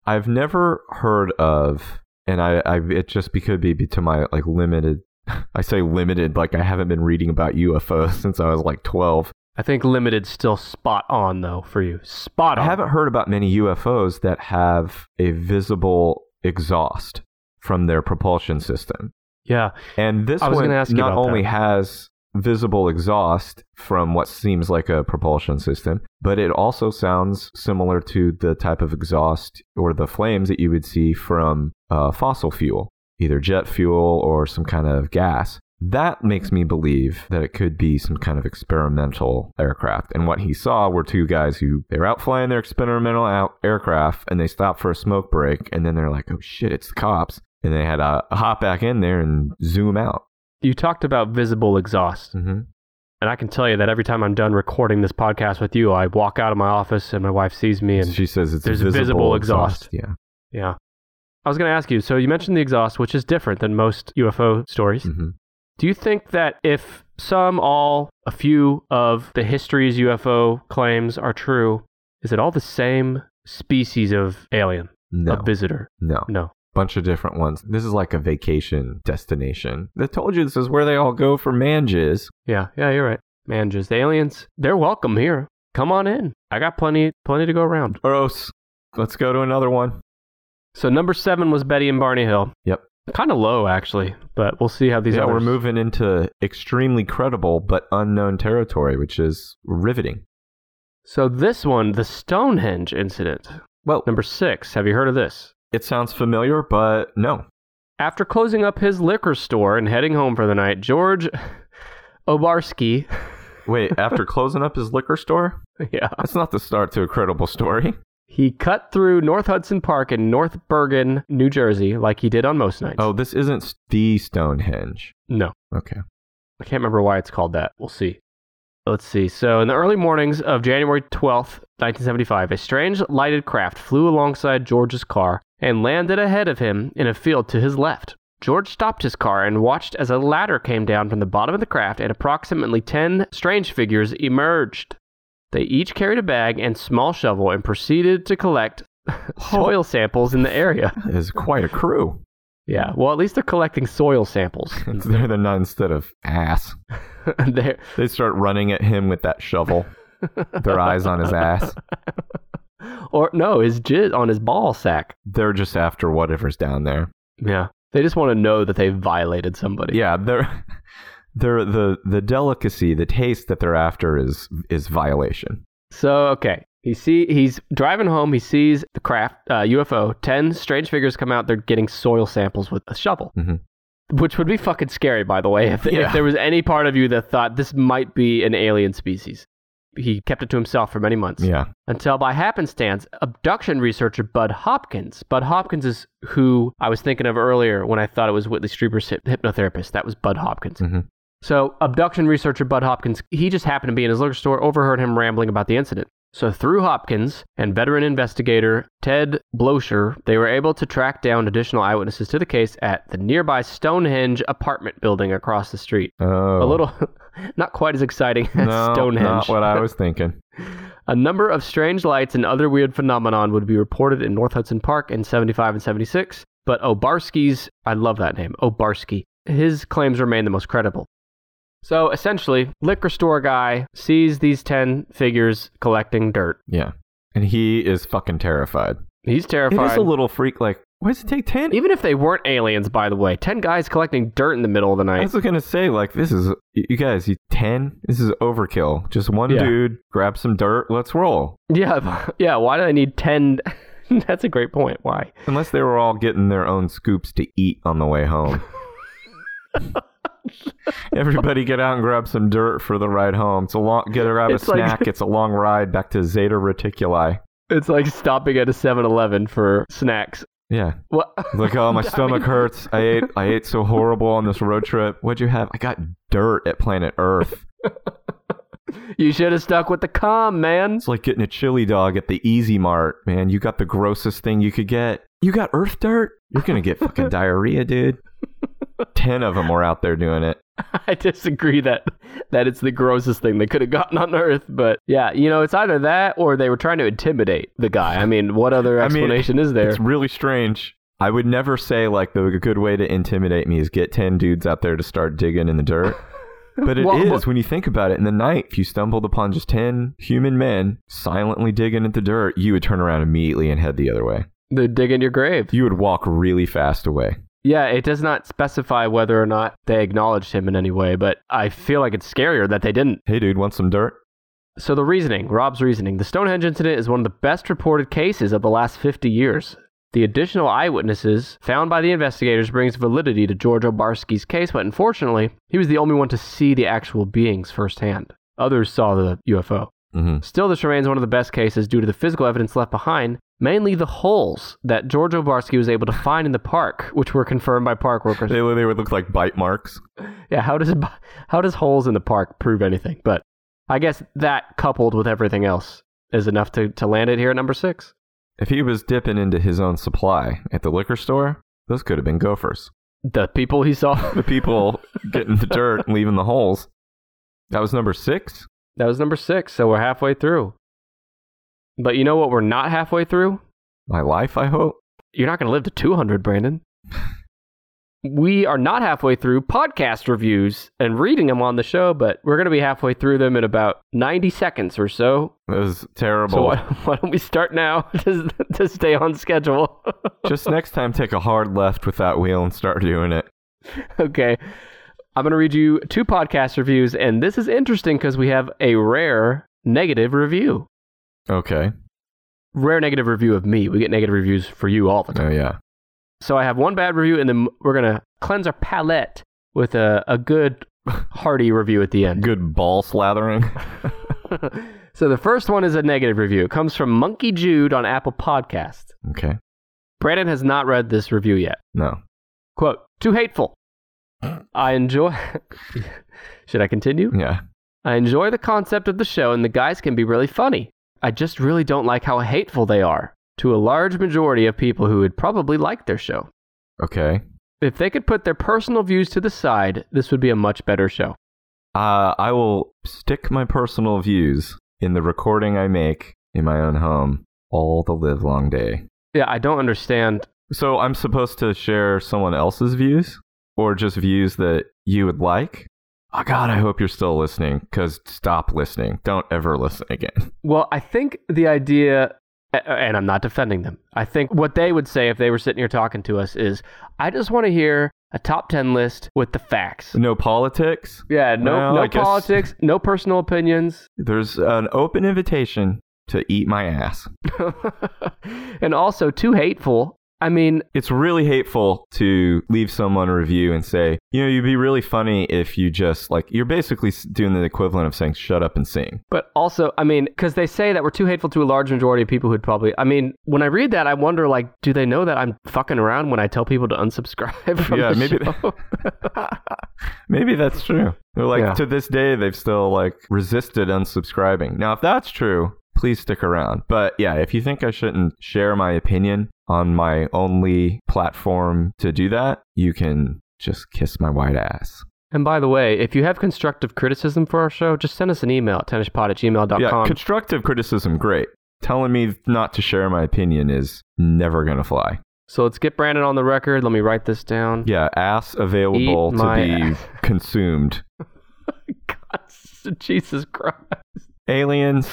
I've never heard of, and I, I it just be- could be be to my like limited. I say limited, like I haven't been reading about UFOs since I was like twelve.
I think limited still spot on though for you. Spot on.
I haven't heard about many UFOs that have a visible exhaust from their propulsion system.
Yeah.
And this
I was
one
gonna ask you
not
about
only
that.
has visible exhaust from what seems like a propulsion system, but it also sounds similar to the type of exhaust or the flames that you would see from uh, fossil fuel, either jet fuel or some kind of gas. That makes me believe that it could be some kind of experimental aircraft. And what he saw were two guys who they were out flying their experimental out aircraft and they stopped for a smoke break. And then they're like, oh shit, it's the cops. And they had to hop back in there and zoom out.
You talked about visible exhaust,
Mm-hmm.
and I can tell you that every time I'm done recording this podcast with you, I walk out of my office and my wife sees me and
she says it's
there's
a
a
visible,
visible exhaust.
Yeah.
yeah. I was going to ask you, so you mentioned the exhaust, which is different than most UFO stories.
hmm
Do you think that if some, all, a few of the history's UFO claims are true, is it all the same species of alien,
No,
a visitor?
no,
No.
bunch of different ones. This is like a vacation destination. They told you this is where they all go for manges.
Yeah, yeah, you're right. Man, just aliens, they're welcome here. Come on in. I got plenty plenty to go around.
Gross. Let's go to another one.
So number seven was Betty and Barney Hill.
Yep.
Kind of low actually, but we'll see how these
yeah,
others.
we're moving into extremely credible but unknown territory, which is riveting.
So this one, the Stonehenge incident.
Well,
Number six. Have you heard of this?
it sounds familiar, but no.
After closing up his liquor store and heading home for the night, George Obarski
Wait, after closing up his liquor store?
Yeah.
That's not the start to a credible story.
He cut through North Hudson Park in North Bergen, New Jersey, like he did on most nights.
Oh, this isn't the Stonehenge.
no.
Okay.
I can't remember why it's called that. We'll see. Let's see. So, in the early mornings of January 12th, 1975, a strange lighted craft flew alongside George's car and landed ahead of him in a field to his left. George stopped his car and watched as a ladder came down from the bottom of the craft and approximately 10 strange figures emerged. They each carried a bag and small shovel and proceeded to collect soil samples in the area.
That is quite a crew.
Yeah, well, at least they're collecting soil samples.
They're the nun instead of ass.
They're-
They start running at him with that shovel. Their eyes on his ass.
or no, his jizz on his ball sack.
They're just after whatever's down there.
Yeah. They just want to know that they violated somebody.
Yeah, they're they're the the delicacy, the taste that they're after is is violation.
So okay, he see he's driving home. He sees the craft uh, UFO. Ten strange figures come out. They're getting soil samples with a shovel,
Mhm.
which would be fucking scary, by the way. If,
Yeah.
if there was any part of you that thought this might be an alien species, He kept it to himself for many months.
Yeah.
Until by happenstance, abduction researcher Bud Hopkins. Bud Hopkins is who I was thinking of earlier when I thought it was Whitley Strieber's hyp- hypnotherapist. That was Bud Hopkins.
Mhm.
So, abduction researcher Bud Hopkins, he just happened to be in his liquor store, overheard him rambling about the incident. So, through Hopkins and veteran investigator Ted Blocher, they were able to track down additional eyewitnesses to the case at the nearby Stonehenge apartment building across the street.
Oh.
A little, not quite as exciting as
no,
Stonehenge.
Not what I was thinking.
A number of strange lights and other weird phenomenon would be reported in North Hudson Park in 75 and 76, but Obarski's, I love that name, Obarski, his claims remain the most credible. So essentially, liquor store guy sees these 10 figures collecting dirt.
Yeah. And he is fucking terrified.
He's
It
terrified.
is a little freak. Like, why does it take 10?
Even if they weren't aliens, by the way, 10 guys collecting dirt in the middle of the
I
night.
was going to say, like, this is, you guys, you 10? This is overkill. Just one
Yeah.
dude, grab some dirt, let's roll.
yeah, yeah, why do I need 10? That's a great point. Why?
Unless they were all getting their own scoops to eat on the way home. Everybody get out and grab some dirt for the ride home. It's a long get grab a
It's like-
snack. it's a long ride back to Zeta Reticuli.
It's like stopping at a 7-Eleven for snacks.
Yeah.
What?
Like, oh my stomach
mean-
hurts. I ate I ate so horrible on this road trip. What'd you have? I got dirt at planet Earth.
You should have stuck with the calm, man.
It's like getting a chili dog at the Easy Mart, man. You got the grossest thing you could get. You got earth dirt? You're gonna get fucking diarrhea, dude. Ten of them were out there doing it.
I disagree that that it's the grossest thing they could have gotten on Earth, but yeah, you know, it's either that or they were trying to intimidate the guy. I mean, what other
I mean,
explanation is there?
It's really strange. I would never say like the good way to intimidate me is get ten dudes out there to start digging in the dirt. But it is
Well, but-
when you think about it. In the night, if you stumbled upon just ten human men silently digging at the dirt, you would turn around immediately and head the other way.
They're digging your grave.
You would walk really fast away.
Yeah, it does not specify whether or not they acknowledged him in any way, but I feel like it's scarier that they didn't.
Hey, dude, want some dirt?
So the reasoning, Rob's reasoning, the Stonehenge incident is one of the best reported cases of the last 50 years. The additional eyewitnesses found by the investigators brings validity to George Obarski's case, but unfortunately, he was the only one to see the actual beings firsthand. Others saw the UFO.
Mm-hmm.
Still, this remains one of the best cases due to the physical evidence left behind, mainly the holes that George Obarski was able to find in the park, which were confirmed by park workers.
They, they would look like bite marks.
Yeah, how does how does holes in the park prove anything? But I guess that coupled with everything else is enough to, to land it here at number six.
If he was dipping into his own supply at the liquor store, those could have been gophers.
The people he saw.
The people getting the dirt and leaving the holes. That was number six.
that was number six, so we're halfway through. But you know what? We're not halfway through.
My life, I hope.
You're not going to live to 200, Brandon. we are not halfway through podcast reviews and reading them on the show, but we're going to be halfway through them in about 90 seconds or so.
That was
So
terrible.
why, why don't we start now to, to stay on schedule?
Just next time, take a hard left with that wheel and start doing it.
okay. I'm going to read you two podcast reviews, and this is interesting because we have a rare negative review.
Okay.
Rare negative review of me. We get negative reviews for you all the time.
Oh, yeah.
So I have one bad review, and then we're going to cleanse our palate with a, a good, hearty review at the end.
Good ball slathering.
so the first one is a negative review. It comes from Monkey Jude on Apple Podcast.
okay.
Brandon has not read this review yet.
No.
Quote, too hateful. I enjoy. Should I continue?
Yeah.
I enjoy the concept of the show, and the guys can be really funny. I just really don't like how hateful they are to a large majority of people who would probably like their show.
Okay.
If they could put their personal views to the side, this would be a much better show.
Uh, I will stick my personal views in the recording I make in my own home all the live long day.
Yeah, I don't understand.
So I'm supposed to share someone else's views or just views that you would like? Oh, God, I hope you're still listening because stop listening. Don't ever listen again.
Well, I think the idea, a- and I'm not defending them, I think what they would say if they were sitting here talking to us is, I just want to hear a top 10 list with the facts.
No politics.
Yeah, no,
Well, I
no
guess-
politics, no personal opinions.
There's an open invitation to eat my ass.
and also too hateful. I mean,
It's really hateful to leave someone a review and say, you know, you'd be really funny if you just like, you're basically s- doing the equivalent of saying, shut up and sing.
But also, I mean, because they say that we're too hateful to a large majority of people who'd probably. I mean, when I read that, I wonder, like, do they know that I'm fucking around when I tell people to unsubscribe from
Yeah,
the
maybe
show?
Maybe that's true. They're like,
Yeah.
to this day, they've still like resisted unsubscribing. Now, if that's true, please stick around. But yeah, if you think I shouldn't share my opinion on my only platform to do that, you can just kiss my white ass.
and by the way, if you have constructive criticism for our show, just send us an email at tennispod at gmail.com.
Yeah, constructive criticism, great. Telling me not to share my opinion is never going to fly.
so let's get Brandon on the record. Let me write this down.
Yeah, ass available
Eat
to
my
be
ass.
consumed.
God, Jesus Christ.
Aliens,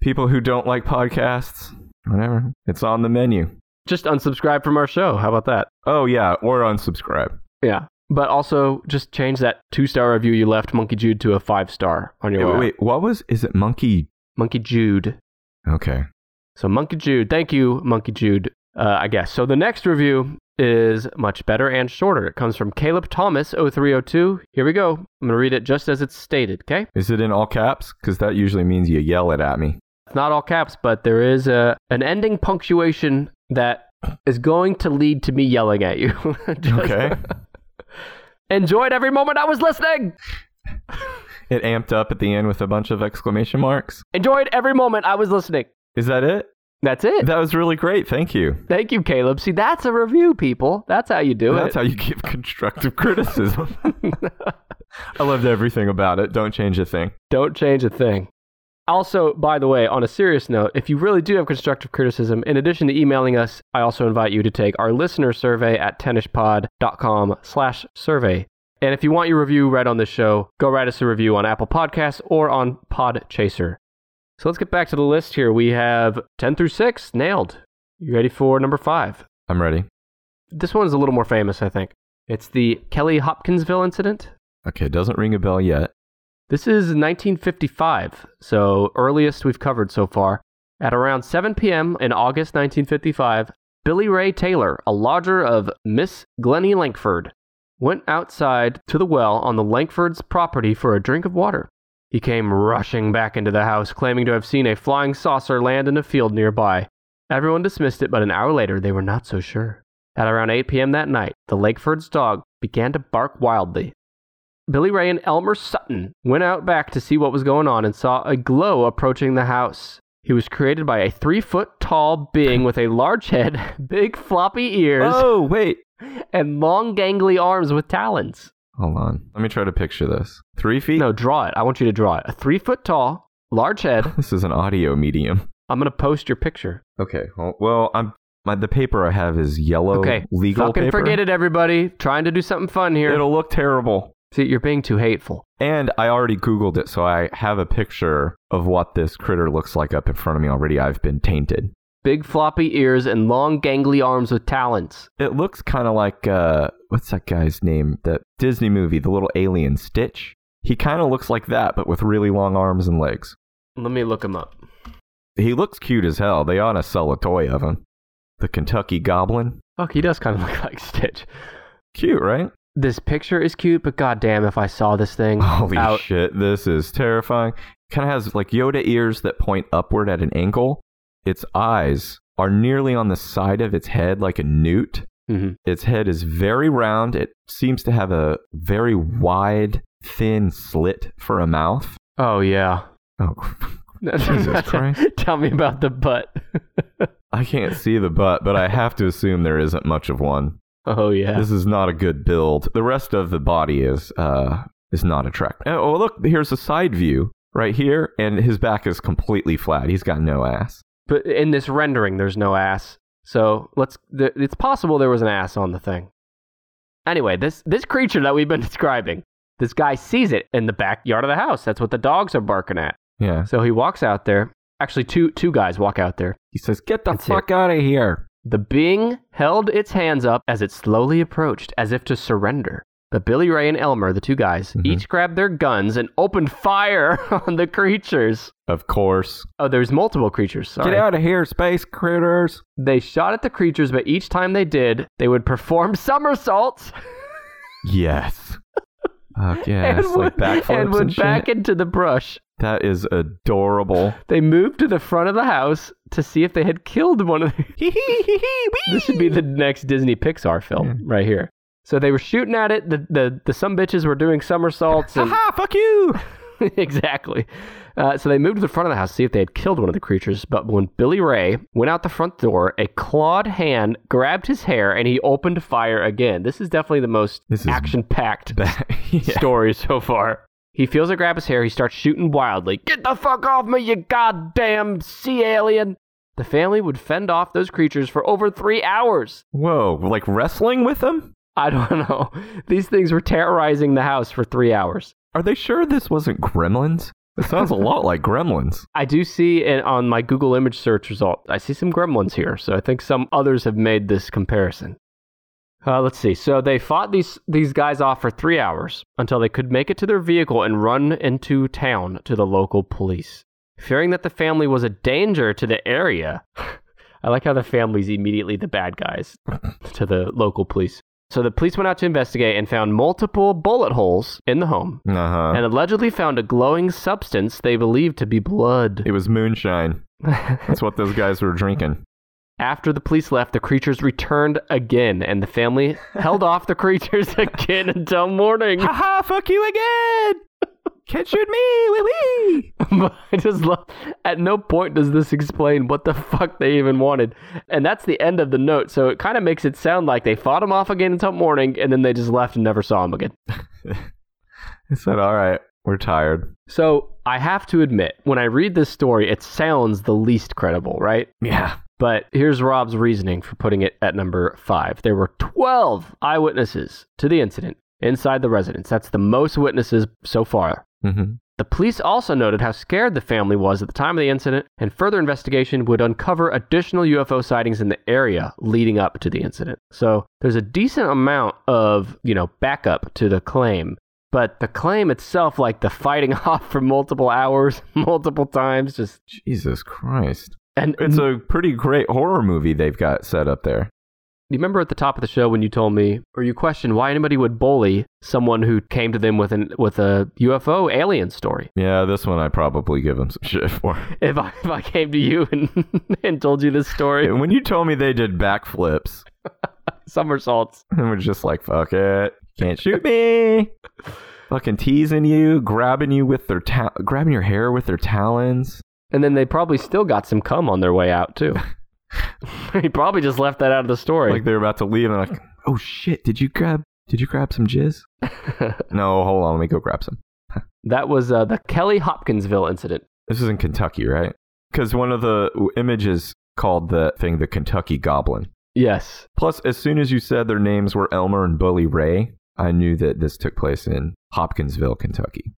people who don't like podcasts, whatever. It's on the menu.
Just unsubscribe from our show. How about that?
Oh, yeah, or unsubscribe.
Yeah. But also, just change that two star review you left Monkey Jude to a five star on your
Wait,
way.
wait, what was, is it Monkey?
Monkey Jude.
Okay.
So Monkey Jude, thank you, Monkey Jude. Uh, I guess. So the next review is much better and shorter. It comes from Caleb Thomas 0302. Here we go. I'm going to read it just as it's stated, okay?
Is it in all caps? Because that usually means you yell it at me.
It's not all caps, but there is a an ending punctuation that is going to lead to me yelling at you. Just-
Okay.
Enjoyed every moment I was listening.
it amped up at the end with a bunch of exclamation marks.
Enjoyed every moment I was listening.
Is that it?
That's it.
That was really great. Thank you.
Thank you, Caleb. See, that's a review, people. That's how you do
That's
it.
how you give constructive criticism. I loved everything about it. Don't change a thing.
Don't change a thing. Also, by the way, on a serious note, if you really do have constructive criticism, in addition to emailing us, I also invite you to take our listener survey at tennispod.com slash survey. And if you want your review read on this show, go write us a review on Apple Podcasts or on Podchaser. So let's get back to the list here. We have 10 through 6, nailed. You ready for number 5?
I'm ready.
This one's a little more famous, I think. It's the Kelly Hopkinsville incident.
Okay, it doesn't ring a bell yet.
This is 1955, so earliest we've covered so far. At around 7 p.m. in August 1955, Billy Ray Taylor, a lodger of Miss Glennie Lankford, went outside to the well on the Lankfords' property for a drink of water. He came rushing back into the house, claiming to have seen a flying saucer land in a field nearby. Everyone dismissed it, but an hour later they were not so sure. At around 8 p.m. that night, the Lankfords' dog began to bark wildly. Billy Ray and Elmer Sutton went out back to see what was going on and saw a glow approaching the house. He was created by a three foot tall being with a large head, big floppy ears,
Oh, wait.
and long gangly arms with talons.
Hold on. Let me try to picture this. Three feet?
No, draw it. I want you to draw it. A three foot tall, large head.
This is an audio medium.
I'm gonna post your picture.
Okay. Well, well I'm my, the paper I have is yellow
okay.
legal
Fucking
paper.
forget it, everybody. Trying to do something fun here.
It'll look terrible.
See, you're being too hateful.
And I already Googled it, so I have a picture of what this critter looks like up in front of me already. I've been tainted.
Big floppy ears and long gangly arms with talons.
It looks kind of like uh, what's that guy's name? The Disney movie, the little alien Stitch. He kind of looks like that, but with really long arms and legs.
Let me look him up.
He looks cute as hell. They ought to sell a toy of him. The Kentucky Goblin,
Fuck, he does kind of look like Stitch.
cute, right?
This picture is cute, but goddamn, if I saw this thing
Holy
out,
shit, this is terrifying. Kind of has like Yoda ears that point upward at an angle. Its eyes are nearly on the side of its head, like a newt.
Mhm.
Its head is very round. It seems to have a very wide, thin slit for a mouth.
Oh yeah.
Oh, Jesus Christ.
Tell me about the butt.
I can't see the butt, but I have to assume there isn't much of one.
oh yeah.
This is not a good build. The rest of the body is uh is not attractive. Oh, look, here's a side view right here, and his back is completely flat. He's got no ass.
But in this rendering, there's no ass. So let's. Th- it's possible there was an ass on the thing. Anyway, this this creature that we've been describing, this guy sees it in the backyard of the house. That's what the dogs are barking at.
Yeah.
So he walks out there. Actually, two two guys walk out there.
He says, "Get the
That's
fuck out of here."
The being held its hands up as it slowly approached, as if to surrender. But Billy Ray and Elmer, the two guys,
Mm-hmm.
each grabbed their guns and opened fire on the creatures.
Of course.
Oh, there's multiple creatures. Sorry.
Get out of here, space critters.
They shot at the creatures, but each time they did, they would perform somersaults
Yes. Fuck yes.
and
like
would,
backflips
and
and,
would
shit.
back into the brush.
that is adorable.
They moved to the front of the house to see if they had killed one of the. this should be the next Disney Pixar film right here. So they were shooting at it. The the, the some bitches were doing somersaults. And,
Aha, fuck you.
exactly. Uh, so they moved to the front of the house to see if they had killed one of the creatures. But when Billy Ray went out the front door, a clawed hand grabbed his hair and he opened fire again. This is definitely the most
This is
action packed
That- yeah.
story so far. He feels it grab his hair. He starts shooting wildly. Get the fuck off me, you goddamn sea alien! The family would fend off those creatures for over three hours.
Whoa, like wrestling with them?
I don't know. These things were terrorizing the house for three hours.
Are they sure this wasn't gremlins? It sounds a lot like gremlins.
I do see it on my Google image search result. I see some gremlins here, so I think some others have made this comparison. Uh, let's see. So they fought these these guys off for three hours until they could make it to their vehicle and run into town to the local police, fearing that the family was a danger to the area. I like how the family's immediately the bad guys to the local police. So the police went out to investigate and found multiple bullet holes in the home.
Uh huh.
And allegedly found a glowing substance they believed to be blood.
It was moonshine. That's what those guys were drinking.
After the police left, the creatures returned again, and the family held off the creatures again until morning.
Haha, fuck you again! Can't shoot me! Wee wee!
But I just love. At no point does this explain what the fuck they even wanted, and that's the end of the note. So it kind of makes it sound like they fought them off again until morning, and then they just left and never saw them again.
I said, alright, we're tired.
So I have to admit, when I read this story, it sounds the least credible, right?
Yeah.
But here's Rob's reasoning for putting it at number five. There were 12 eyewitnesses to the incident inside the residence. That's the most witnesses so far.
Mm-hmm.
The police also noted how scared the family was at the time of the incident, and further investigation would uncover additional UFO sightings in the area leading up to the incident. So there's a decent amount of, you know, backup to the claim. But the claim itself, like the fighting off for multiple hours, multiple times, just
Jesus Christ. Mm.
and
It's a pretty great horror movie they've got set up there.
You remember at the top of the show when you told me, or you questioned why anybody would bully someone who came to them with an with a UFO alien story.
Yeah, this one I probably give them some shit for.
If I, if I came to you and and told you this story,
when you told me they did backflips,
somersaults.
and we're just like, fuck it, can't shoot me. Fucking teasing you, grabbing you with their ta- grabbing your hair with their talons.
And then they probably still got some cum on their way out too. he probably just left that out of the story.
Like they're about to leave, and like, oh shit, did you grab? Did you grab some jizz? no, hold on, let me go grab some.
that was uh, the Kelly Hopkinsville incident.
This is in Kentucky, right? Because one of the w- images called the thing the Kentucky Goblin.
Yes.
Plus, as soon as you said their names were Elmer and Bully Ray, I knew that this took place in Hopkinsville, Kentucky.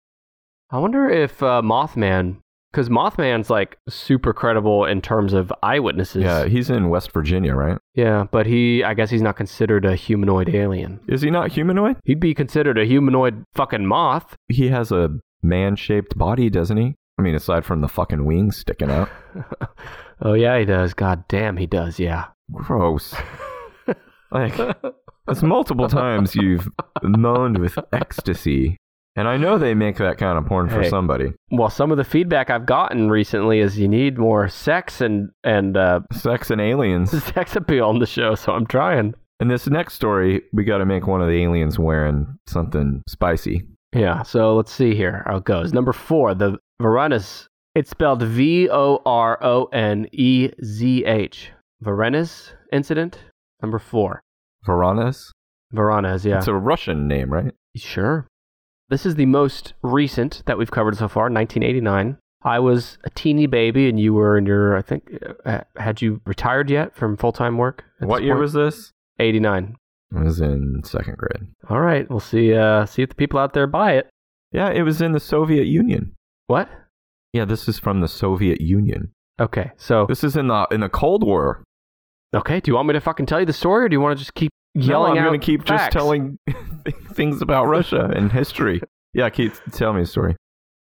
I wonder if uh, Mothman, because Mothman's like super credible in terms of eyewitnesses.
Yeah, he's in West Virginia, right?
Yeah, but he, I guess he's not considered a humanoid alien.
Is he not humanoid?
He'd be considered a humanoid fucking moth.
he has a man shaped body, doesn't he? I mean, aside from the fucking wings sticking out.
Oh, yeah, he does. God damn, he does, yeah.
Gross. Like, that's multiple times you've moaned with ecstasy. And I know they make that kind of porn for
Hey.
somebody.
Well, some of the feedback I've gotten recently is you need more sex and, and uh,
Sex and aliens.
sex appeal on the show, so I'm trying.
In this next story, we got to make one of the aliens wearing something spicy.
Yeah, so let's see here how it goes. Number four, the Varenas. It's spelled V O R O N E Z H. Varenas incident. Number four.
Varanas?
Varenas, yeah.
It's a Russian name, right?
Sure. This is the most recent that we've covered so far, 1989. I was a teeny baby, and you were in your, I think, uh, had you retired yet from full time work? at
What
this
year
point?
was this?
89.
It was in second grade.
All right, we'll see. Uh, see if the people out there buy it.
Yeah, it was in the Soviet Union.
What?
Yeah, this is from the Soviet Union.
Okay, so
This is in the in the Cold War.
okay, do you want me to fucking tell you the story, or do you want to just keep yelling
no,
out
I'm gonna keep just
facts.
telling things about Russia and history. Yeah, Keith, tell me a story.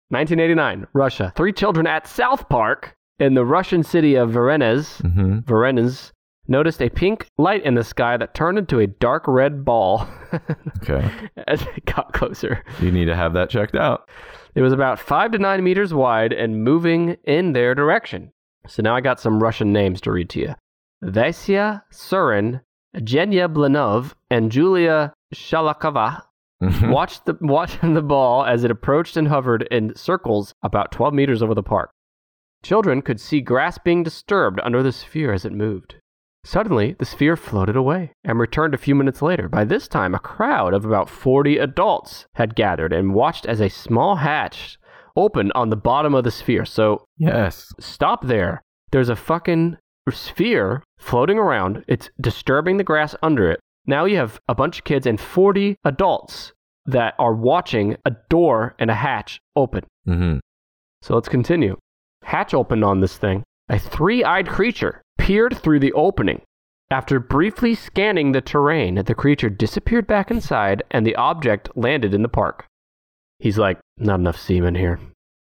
1989, Russia. Three children at South Park in the Russian city of Varennes,
hmm
Varennes noticed a pink light in the sky that turned into a dark red ball
Okay.
as it got closer.
You need to have that checked out.
It was about five to nine meters wide and moving in their direction. So now I got some Russian names to read to you. Vasya Surin, Jenya Blanov, and Julia Shalakova
Mhm.
watched the, watched the ball as it approached and hovered in circles about 12 meters over the park. Children could see grass being disturbed under the sphere as it moved. Suddenly, the sphere floated away and returned a few minutes later. By this time, a crowd of about 40 adults had gathered and watched as a small hatch opened on the bottom of the sphere. So,
Yes.
stop there. There's a fucking sphere floating around. It's disturbing the grass under it. Now you have a bunch of kids and 40 adults that are watching a door and a hatch open.
hmm
So let's continue. Hatch opened on this thing. A three eyed creature peered through the opening. After briefly scanning the terrain, the creature disappeared back inside and the object landed in the park. He's like, not enough semen here.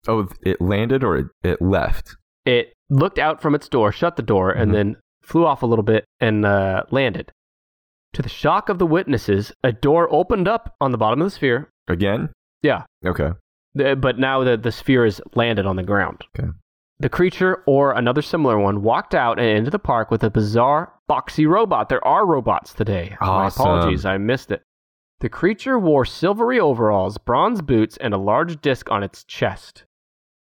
Oh, th- it landed or it, it left.
It looked out from its door, shut the door, and
Mhm.
then flew off a little bit and uh, landed. To the shock of the witnesses, a door opened up on the bottom of the sphere.
Again?
Yeah,
Okay.
The- but now the, the sphere is landed on the ground.
Okay.
The creature or another similar one walked out and into the park with a bizarre boxy robot. There are robots today. My
Awesome.
apologies, I missed it. The creature wore silvery overalls, bronze boots, and a large disc on its chest.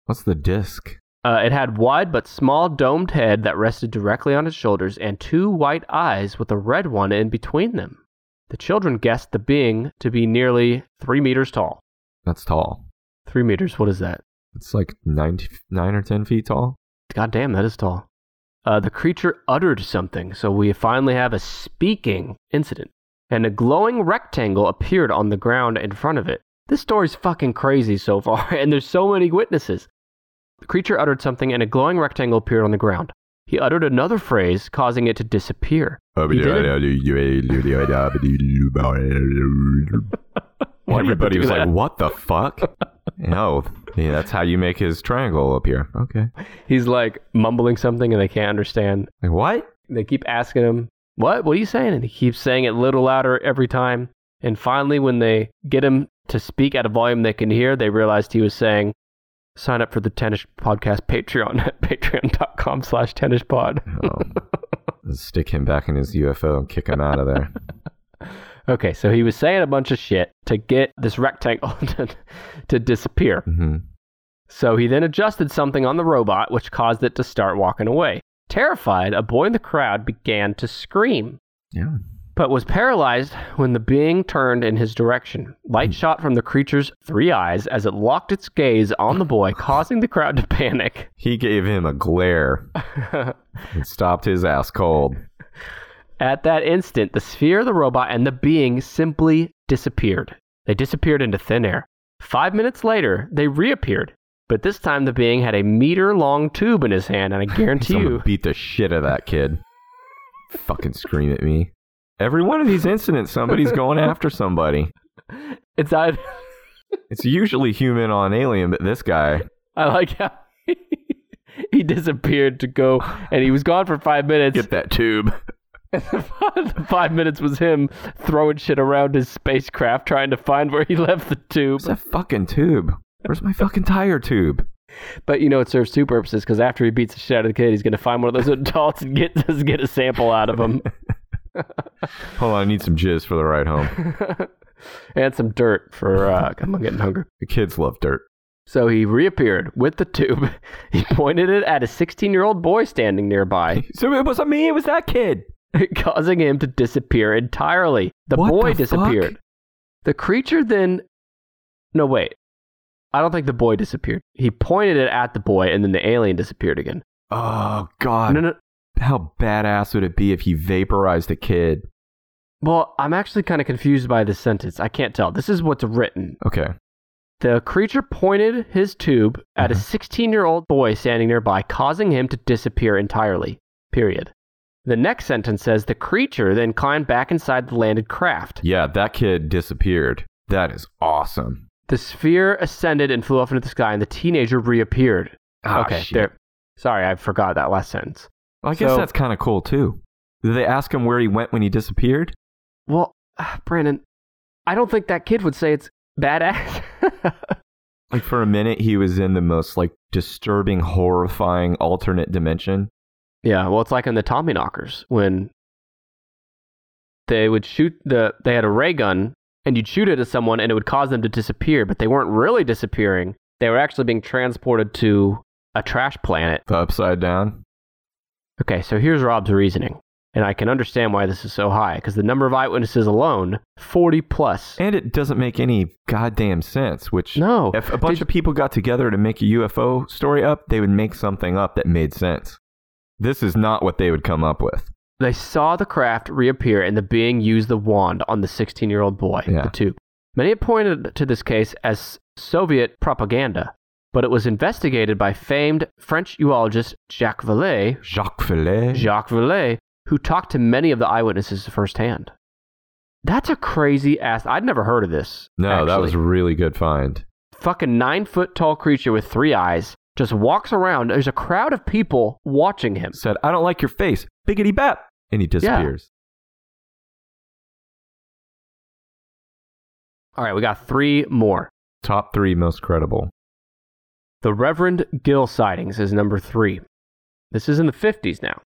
What's the disc?
Uh, it had wide but small domed head that rested directly on its shoulders and two white eyes with a red one in between them. The children guessed the being to be nearly three meters tall.
That's tall.
Three meters, what is that?
It's like nine, nine or ten feet tall.
God damn, that is tall. Uh, the creature uttered something, so we finally have a speaking incident. And a glowing rectangle appeared on the ground in front of it. This story's fucking crazy so far, and there's so many witnesses. The creature uttered something, and a glowing rectangle appeared on the ground. He uttered another phrase, causing it to disappear.
Oh,
He did it- Why do you
Everybody
do
was like,
that?
"What the fuck?" no, yeah, that's how you make his triangle appear. Okay,
He's like mumbling something, and they can't understand.
like what?
They keep asking him, What? What are you saying? And he keeps saying it a little louder every time. And finally, when they get him to speak at a volume they can hear, they realized he was saying, Sign up for the Tennis Podcast Patreon at patreon.com slash tennis pod.
Oh. Let's stick him back in his UFO and kick him out of there.
Okay, so he was saying a bunch of shit to get this rectangle to, to disappear.
hmm
So he then adjusted something on the robot, which caused it to start walking away. Terrified, a boy in the crowd began to scream.
Yeah.
but was paralyzed when the being turned in his direction.
Hmm.
Light shot from the creature's three eyes as it locked its gaze on the boy, causing the crowd to panic.
He gave him a glare and stopped his ass cold.
At that instant, the sphere, the robot, and the being simply disappeared. They disappeared into thin air. Five minutes later, they reappeared, but this time the being had a meter long tube in his hand, and I guarantee
Someone
you.
beat the shit out of that kid. Fucking scream at me. Every one of these incidents, somebody's going after somebody.
It's I,
It's usually human on alien, but this guy,
I like how he disappeared to go, and he was gone for five minutes.
get that tube.
the five minutes was him throwing shit around his spacecraft trying to find where he left the tube.
Where's that fucking tube? Where's my fucking tire tube?
But you know it serves two purposes because after he beats the shit out of the kid, he's gonna find one of those adults and get just get a sample out of him
Hold on, I need some jizz for the ride home.
and some dirt for. Uh, come on, getting hungry.
The kids love dirt.
So he reappeared with the tube. He pointed it at a 16-year-old boy standing nearby,
So it wasn't me, it was that kid.
causing him to disappear entirely. The
What
boy
the fuck?
disappeared. The creature then. No, wait. I don't think the boy disappeared. He pointed it at the boy, and then the alien disappeared again.
Oh god.
no, no.
How badass would it be if he vaporized a kid?
Well, I'm actually kind of confused by this sentence. I can't tell. This is what's written.
Okay.
The creature pointed his tube at a
Uh-huh.
16 year old boy standing nearby, causing him to disappear entirely. Period. The next sentence says the creature then climbed back inside the landed craft.
Yeah, that kid disappeared. That is awesome.
The sphere ascended and flew off into the sky, and the teenager reappeared.
Ah,
okay,
shit.
there. Sorry, I forgot that last sentence.
I guess
So-
that's kind of cool too. Did they ask him where he went when he disappeared?
Well, ah, Brandon, I don't think that kid would say it's badass.
Like for a minute, he was in the most like disturbing, horrifying alternate dimension.
yeah, well, it's like in the Tommy Knockers when they would shoot the they had a ray gun and you'd shoot it at someone and it would cause them to disappear, but they weren't really disappearing. They were actually being transported to a trash planet.
The upside down.
Okay, so here's Rob's reasoning. And I can understand why this is so high, because the number of eyewitnesses alone, 40 plus.
And it doesn't make any goddamn sense, which
No.
if a bunch
Did-
of people got together to make a UFO story up, they would make something up that made sense. This is not what they would come up with.
They saw the craft reappear and the being used the wand on the 16 year old boy,
Yeah.
the tube. Many have pointed to this case as Soviet propaganda, but it was investigated by famed French uologist Jacques Vallée,
Jacques Fillet.
Jacques Vallée, who talked to many of the eyewitnesses firsthand. That's a crazy ass. I'd never heard of this.
no, that
actually.
was a really good find.
fucking nine foot tall creature with three eyes just walks around. There's a crowd of people watching him.
Said, I don't like your face. Biggity bap. And he disappears.
All right, we got three more.
Top three most credible.
The Reverend Gill sightings is number three. This is in the 50s now.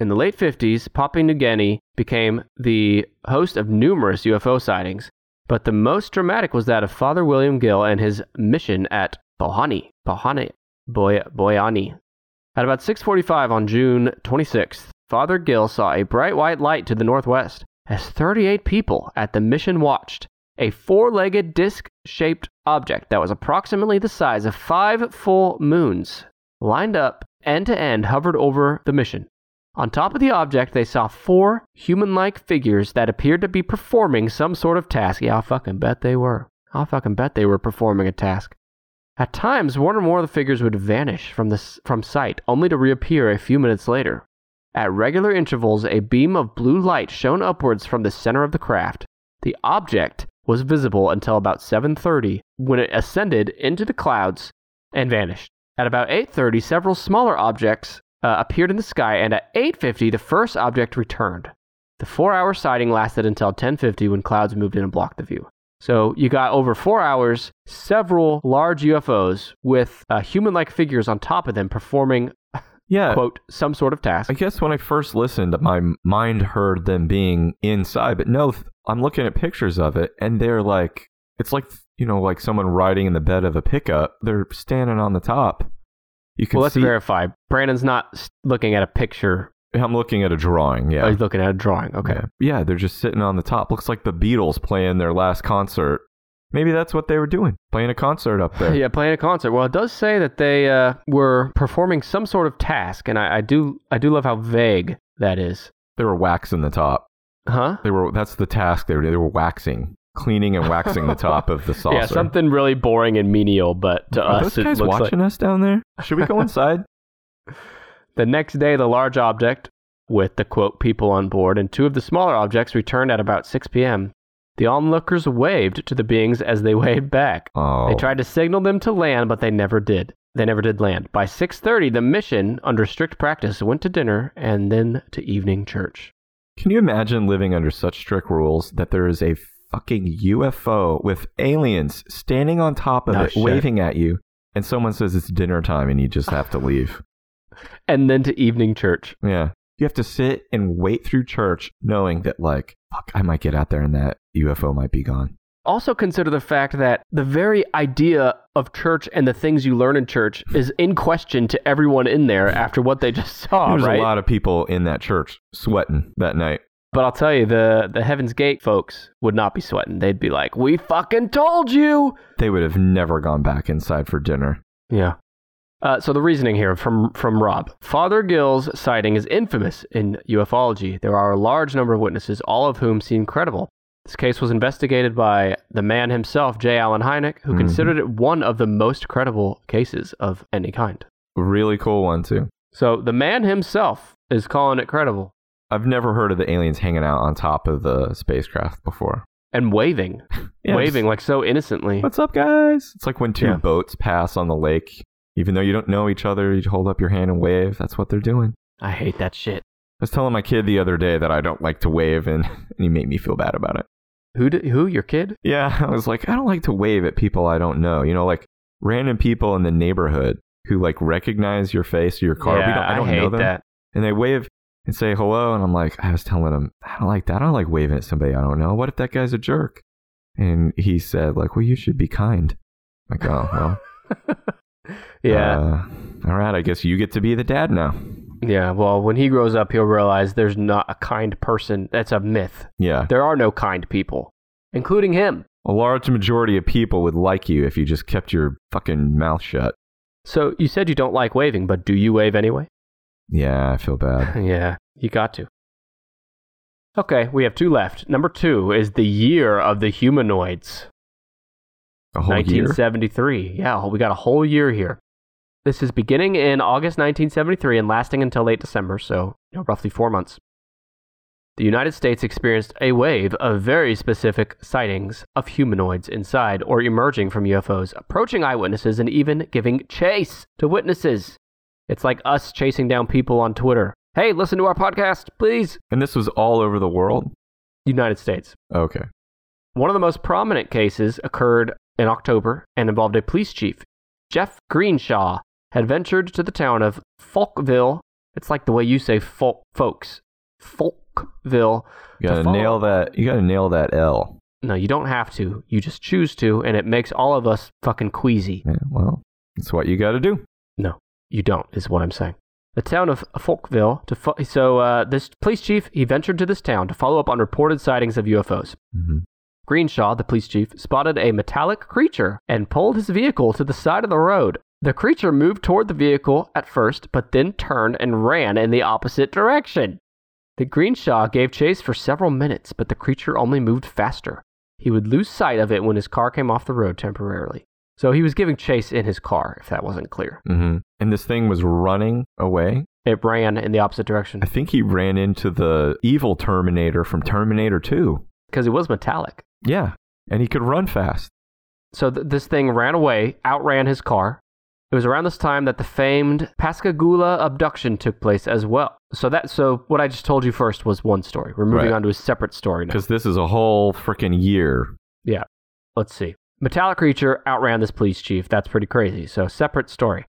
In the late 50s, Papua New Guinea became the host of numerous UFO sightings, but the most dramatic was that of Father William Gill and his mission at Bohani, Bohani, Boy, Boyani. At about 6:45 on June 26th, Father Gill saw a bright white light to the northwest as 38 people at the mission watched a four-legged disc-shaped object that was approximately the size of 5 full moons lined up end to end hovered over the mission. On top of the object, they saw four human like figures that appeared to be performing some sort of task. Yeah, I'll fucking bet they were. I'll fucking bet they were performing a task. At times, one or more of the figures would vanish from, the, s- from sight, only to reappear a few minutes later. At regular intervals, a beam of blue light shone upwards from the center of the craft. The object was visible until about 7:30 when it ascended into the clouds and vanished. At about 8:30, several smaller objects uh, appeared in the sky, and at 8:50, the first object returned. The four-hour sighting lasted until 10:50 when clouds moved in and blocked the view. So you got over four hours, several large UFOs with uh, human-like figures on top of them performing
Yeah.
quote some sort of task.
I guess when I first listened, my mind heard them being inside, but no, th- I'm looking at pictures of it, and they're like, it's like you know, like someone riding in the bed of a pickup. They're standing on the top. You can
Well, let's
see.
verify. Brandon's not s- looking at a picture.
I'm looking at a drawing. Yeah.
Oh, he's looking at a drawing. Okay.
Yeah. Yeah, they're just sitting on the top. Looks like the Beatles playing their last concert. Maybe that's what they were doing, playing a concert up there.
Yeah, playing a concert. Well, it does say that they uh, were performing some sort of task, and I, I do I do love how vague that is.
They were waxing the top.
Huh?
They were. That's the task they were. They were waxing, cleaning and waxing the top of the saucer.
Yeah, something really boring and menial, but to
Are
us
those guys
it looks
watching
like
us down there? Should we go inside?
the next day the large object with the quote people on board and two of the smaller objects returned at about 6 p.m. The onlookers waved to the beings as they waved back.
Oh,
They tried to signal them to land, but they never did. They never did land. By 6:30, the mission, under strict practice, went to dinner and then to evening church.
Can you imagine living under such strict rules that there is a fucking UFO with aliens standing on top of
No
it,
shit.
waving at you, and someone says it's dinner time and you just have to leave?
And then to evening church.
Yeah. You have to sit and wait through church knowing that, like, fuck, I might get out there and that UFO might be gone.
Also consider the fact that the very idea of church and the things you learn in church is in question to everyone in there after what they just saw,
There's
right?
a lot of people in that church sweating that night.
But I'll tell you, the the Heaven's Gate folks would not be sweating. They'd be like, "We fucking told you."
They would have never gone back inside for dinner.
Yeah. Uh, so the reasoning here from from Rob, Father Gill's sighting is infamous in ufology. There are a large number of witnesses, all of whom seem credible. This case was investigated by the man himself, J. Allen Hynek, who
Mhm.
considered it one of the most credible cases of any kind.
Really cool one, too.
So the man himself is calling it credible.
I've never heard of the aliens hanging out on top of the spacecraft before.
and waving,
Yeah,
waving like so innocently.
What's up, guys? It's like when two
Yeah.
boats pass on the lake. Even though you don't know each other, you hold up your hand and wave. That's what they're doing.
I hate that shit.
I was telling my kid the other day that I don't like to wave, and, and he made me feel bad about it.
Who? d who? Your kid?
Yeah, I was like, I don't like to wave at people I don't know. You know, like random people in the neighborhood who like recognize your face or your car.
Yeah,
we don't, I don't
hate
know them.
that.
And they wave and say hello. And I'm like, I was telling him, I don't like that. I don't like waving at somebody I don't know. What if that guy's a jerk? And he said, like, well, you should be kind. I'm like, oh, well.
Yeah,
uh, all right. I guess you get to be the dad now.
yeah. Well, when he grows up, he'll realize there's not a kind person. That's a myth.
Yeah.
There are no kind people, including him.
A large majority of people would like you if you just kept your fucking mouth shut.
So you said you don't like waving, but do you wave anyway?
Yeah, I feel bad.
yeah, you got to. Okay, we have two left. Number two is the year of the humanoids.
A whole year.
1973. Yeah, we got a whole year here. This is beginning in August 1973 and lasting until late December, so you know, roughly four months. The United States experienced a wave of very specific sightings of humanoids inside or emerging from UFOs, approaching eyewitnesses and even giving chase to witnesses. It's like us chasing down people on Twitter. Hey, listen to our podcast, please.
And this was all over the world?
United States.
Okay.
One of the most prominent cases occurred in October and involved a police chief. Jeff Greenshaw had ventured to the town of Folkville. It's like the way you say folk, folks. Folkville.
You
to
gotta
follow-
nail that you gotta nail that L.
No, you don't have to. You just choose to, and it makes all of us fucking queasy.
Yeah, well, that's what you gotta do.
No, you don't, is what I'm saying. The town of Folkville. To fo- so, uh, this police chief, he ventured to this town to follow up on reported sightings of UFOs.
Mhm.
Greenshaw, the police chief, spotted a metallic creature and pulled his vehicle to the side of the road. The creature moved toward the vehicle at first, but then turned and ran in the opposite direction. The Greenshaw gave chase for several minutes, but the creature only moved faster. He would lose sight of it when his car came off the road temporarily. So he was giving chase in his car, if that wasn't clear.
Mm-hmm. And this thing was running away.
It ran in the opposite direction
I think he ran into the evil Terminator from Terminator 2.
because it was metallic.
Yeah. And he could run fast.
So th- this thing ran away, outran his car. It was around this time that the famed Pascagoula abduction took place as well. So that so what I just told you first was one story. We're moving
Right.
on to a separate story now.
Because this is a whole freaking year.
Yeah. Let's see. Metallic creature outran this police chief. That's pretty crazy. So separate story.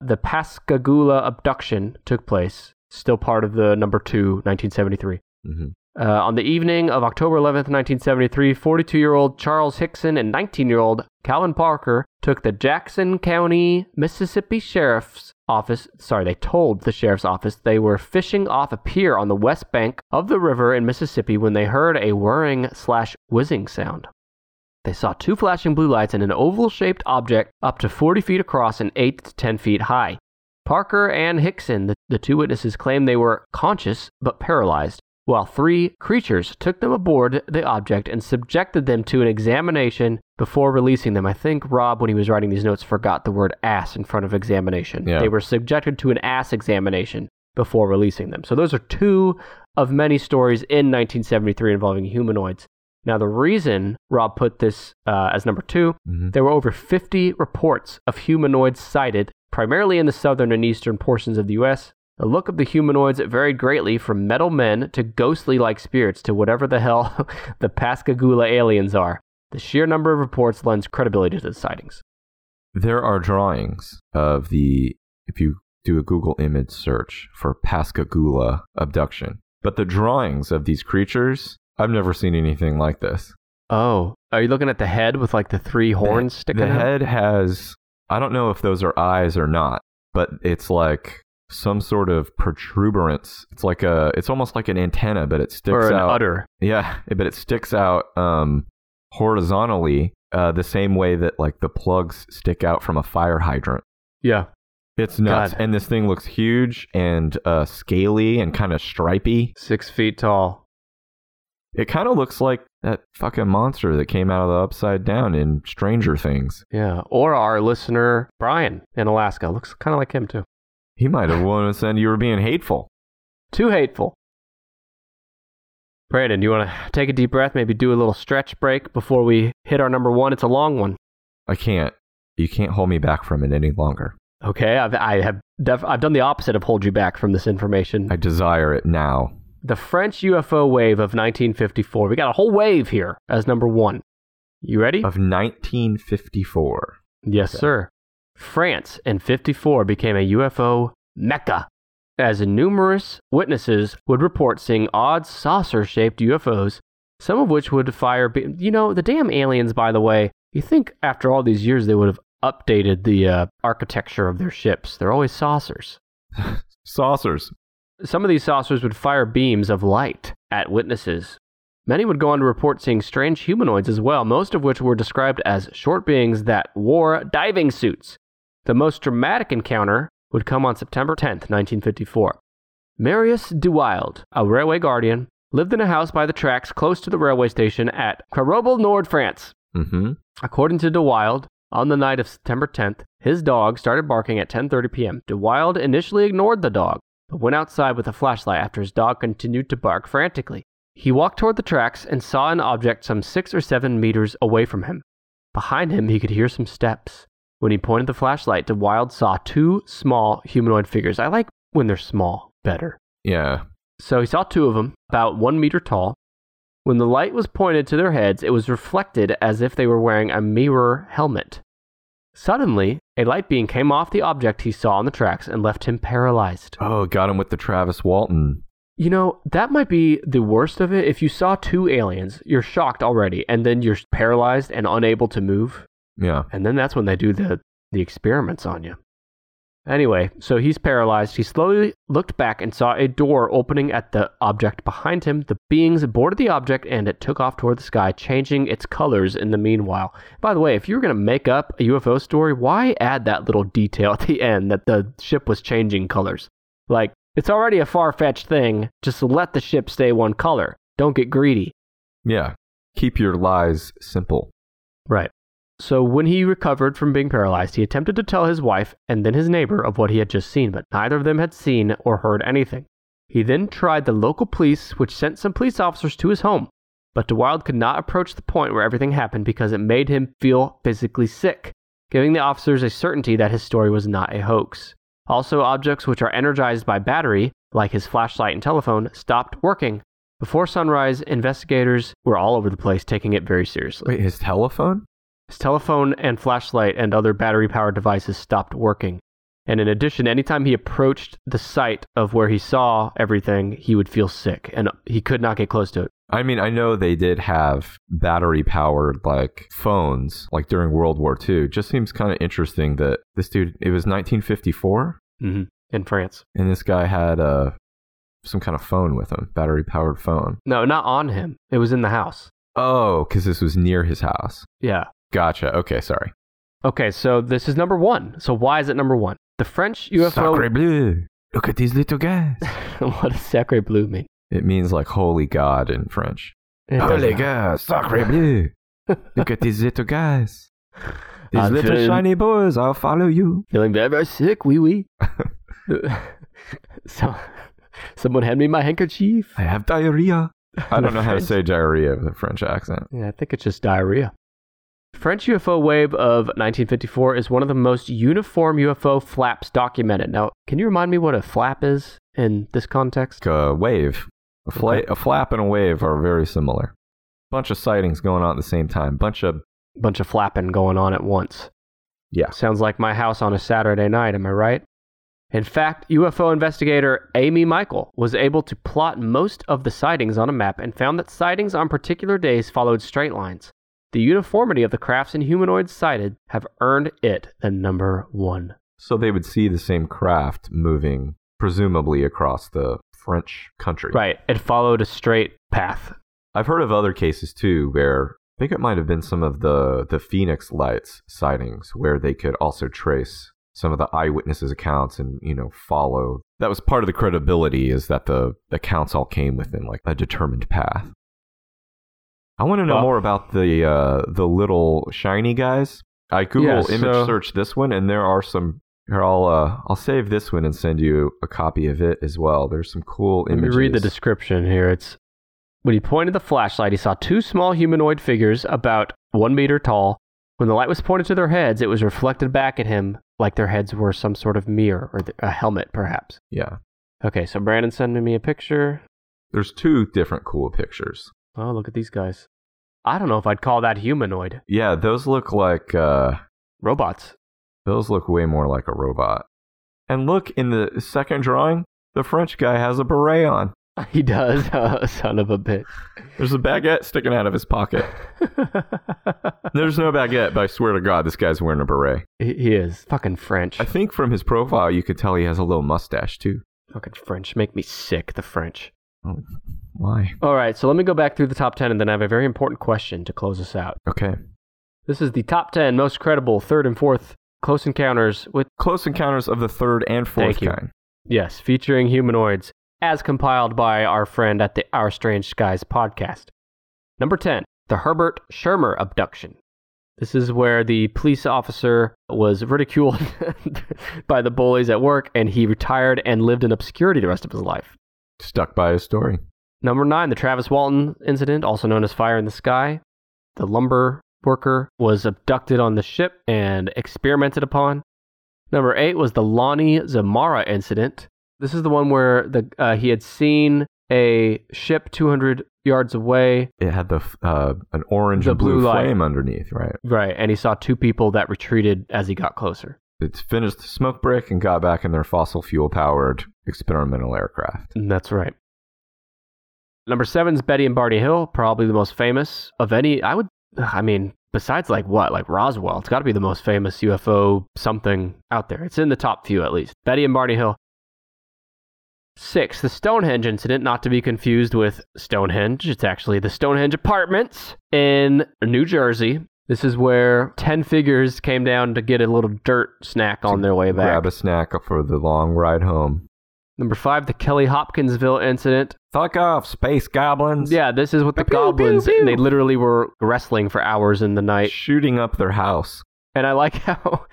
The Pascagoula abduction took place, still part of the number 2 1973.
Mm-hmm.
Uh, on the evening of October 11th, 1973, 42 year old Charles Hickson and 19 year old Calvin Parker took the Jackson County, Mississippi Sheriff's Office. Sorry, they told the Sheriff's Office they were fishing off a pier on the west bank of the river in Mississippi when they heard a whirring slash whizzing sound. They saw two flashing blue lights and an oval shaped object up to 40 feet across and 8 to 10 feet high. Parker and Hickson, the, the two witnesses, claimed they were conscious but paralyzed, while three creatures took them aboard the object and subjected them to an examination before releasing them. I think Rob, when he was writing these notes, forgot the word ass in front of examination.
Yeah.
They were subjected to an ass examination before releasing them. So those are two of many stories in 1973 involving humanoids. Now, the reason Rob put this uh, as number 2
Mhm.
there were over 50 reports of humanoids sighted, primarily in the southern and eastern portions of the U.S. The look of the humanoids varied greatly from metal men to ghostly like spirits to whatever the hell the Pascagoula aliens are. The sheer number of reports lends credibility to the sightings.
There are drawings of the, if you do a Google image search for Pascagoula abduction. But the drawings of these creatures, I've never seen anything like this.
Oh, are you looking at the head with like the three horns
the,
sticking
the
out?
head has i don't know if those are eyes or not but it's like some sort of protuberance it's like a it's almost like an antenna but it sticks
Or an
out
udder.
yeah but it sticks out um horizontally uh the same way that like the plugs stick out from a fire hydrant
Yeah.
it's nuts
God.
and this thing looks huge and uh scaly and kind of stripy
Six feet tall.
it kind of looks like that fucking monster that came out of the upside down in stranger things
Yeah, or our listener Brian in Alaska looks kind of like him too.
He might have wanted to send you were being hateful.
Too hateful. Brandon, do you want to take a deep breath, maybe do a little stretch break before we hit our number one? It's a long one.
I can't. You can't hold me back from it any longer.
Okay, I've, I have def- I've done the opposite of hold you back from this information.
I desire it now.
the French UFO wave of 1954. We got a whole wave here as number one. You ready?
Of 1954.
Yes, sir. France in 54 became a UFO mecca, as numerous witnesses would report seeing odd saucer shaped UFOs, some of which would fire. Be- you know, the damn aliens, by the way, you think after all these years they would have updated the uh, architecture of their ships. They're always saucers.
Saucers.
Some of these saucers would fire beams of light at witnesses. Many would go on to report seeing strange humanoids as well, most of which were described as short beings that wore diving suits. The most dramatic encounter would come on September 10th, 1954. Marius DeWild, a railway guardian, lived in a house by the tracks close to the railway station at Carobel, Nord, France.
Mm-hmm.
According to DeWild, on the night of September 10th, his dog started barking at 10:30 p.m. DeWild initially ignored the dog, but went outside with a flashlight after his dog continued to bark frantically. He walked toward the tracks and saw an object some 6 or 7 meters away from him. Behind him, he could hear some steps. When he pointed the flashlight, DeWild saw two small humanoid figures. I like when they're small better.
Yeah.
So he saw two of them, about one meter tall. When the light was pointed to their heads, it was reflected as if they were wearing a mirror helmet. Suddenly, a light beam came off the object he saw on the tracks and left him paralyzed.
Oh, got him with the Travis Walton.
You know, that might be the worst of it. If you saw two aliens, you're shocked already, and then you're paralyzed and unable to move.
Yeah.
And then that's when they do the, the experiments on you. Anyway, so he's paralyzed. He slowly looked back and saw a door opening at the object behind him. The beings boarded the object and it took off toward the sky, changing its colors in the meanwhile. By the way, if you were going to make up a UFO story, why add that little detail at the end that the ship was changing colors? Like, it's already a far fetched thing. Just let the ship stay one color. Don't get greedy.
Yeah. Keep your lies simple.
Right. So when he recovered from being paralyzed, he attempted to tell his wife and then his neighbor of what he had just seen, but neither of them had seen or heard anything. He then tried the local police, which sent some police officers to his home. But DeWild could not approach the point where everything happened because it made him feel physically sick, giving the officers a certainty that his story was not a hoax. Also, objects which are energized by battery, like his flashlight and telephone, stopped working. Before sunrise, investigators were all over the place taking it very seriously.
Wait, his telephone?
His telephone and flashlight and other battery powered devices stopped working. And in addition, anytime he approached the site of where he saw everything, he would feel sick and he could not get close to it.
I mean, I know they did have battery powered like phones like during World War II. Just seems kind of interesting that this dude, it was 1954
Mm-hmm. In France.
and this guy had uh, some kind of phone with him, battery powered phone.
No, not on him. It was in the house.
Oh, because this was near his house.
Yeah.
Gotcha. Okay, sorry.
Okay, so this is number one. So why is it number one? The French UFO.
Sacre bleu. Look at these little guys.
what does Sacre Bleu mean?
It means like holy God in French.
It
Oh,
doesn't-
God, sacre bleu. Look at these little guys. These
I'm
little
feeling-
shiny boys, I'll follow you.
Feeling very, very sick, wee wee. so, someone hand me my handkerchief.
I have diarrhea. I don't know how to
French-
say diarrhea with a French accent.
Yeah, I think it's just diarrhea. French UFO wave of 1954 is one of the most uniform UFO flaps documented. Now, can you remind me what a flap is in this context?
Like a wave. A, fla-
Okay.
a flap and a wave are very similar. Bunch of sightings going on at the same time. Bunch of,
Bunch of flapping going on at once.
yeah.
Sounds like my house on a Saturday night, am I right? In fact, UFO investigator Amy Michael was able to plot most of the sightings on a map and found that sightings on particular days followed straight lines. The uniformity of the crafts and humanoids sighted have earned it the number one
So they would see the same craft moving, presumably across the French country.
Right. It followed a straight path.
I've heard of other cases too where I think it might have been some of the the Phoenix Lights sightings where they could also trace some of the eyewitnesses' accounts and you know follow. That was part of the credibility is that the accounts all came within like a determined path. I want to know
Well-
more about the uh, the little shiny guys. I Google
Yeah,
image
so-
search this one, and there are some. Here, I'll uh, I'll save this one and send you a copy of it as well. There's some cool
Let me
images.
read the description here. It's When he pointed the flashlight, he saw two small humanoid figures about one meter tall. When the light was pointed to their heads, it was reflected back at him like their heads were some sort of mirror or th- a helmet, perhaps.
Yeah.
Okay, so Brandon sending me a picture.
There's two different cool pictures.
Oh, look at these guys. I don't know if I'd call that humanoid.
Yeah, those look like uh
Robots.
those look way more like a robot. And look in the second drawing, the French guy has a beret on.
He does, Oh, son of a bitch.
There's a baguette sticking out of his pocket. There's no baguette, but I swear to God, this guy's wearing a beret.
he he is fucking French.
I think from his profile, you could tell he has a little mustache too.
Fucking French make me sick, the French.
Why?
All right, so let me go back through the top 10 and then I have a very important question to close us out.
Okay.
This is the top 10 most credible third and fourth close encounters with,
Close Encounters of the Third and Fourth
Thank you.
Kind.
yes, featuring humanoids, as compiled by our friend at the Our Strange Skies podcast. Number 10, the Herbert Shermer abduction. This is where the police officer was ridiculed by the bullies at work and he retired and lived in obscurity the rest of his life.
Stuck by his story.
Number nine, the Travis Walton incident, also known as Fire in the Sky. The lumber worker was abducted on the ship and experimented upon. Number eight was the Lonnie Zamara incident. This is the one where the, uh, he had seen a ship 200 yards away,
It had the f- uh, an orange
The
and blue,
blue light.
flame underneath, right?
right? And he saw two people that retreated as he got closer.
It finished the smoke break and got back in their fossil fuel powered experimental aircraft.
And That's right. Number seven's Betty and Barney Hill, probably the most famous of any. I would, ugh, I mean, besides like what, like Roswell, it's got to be the most famous UFO something out there. It's in the top few at least. Betty and Barney Hill. Six, the Stonehenge incident, not to be confused with Stonehenge. It's actually the Stonehenge Apartments in New Jersey. This is where 10 figures came down to get a little dirt snack on their way back.
Grab a snack for the long ride home.
Number five, the Kelly Hopkinsville incident.
Fuck off, space goblins.
Yeah, this is what the
Pew, pew,
goblins.
pew.
They literally were wrestling for hours in the night,
Shooting up their house.
and I like how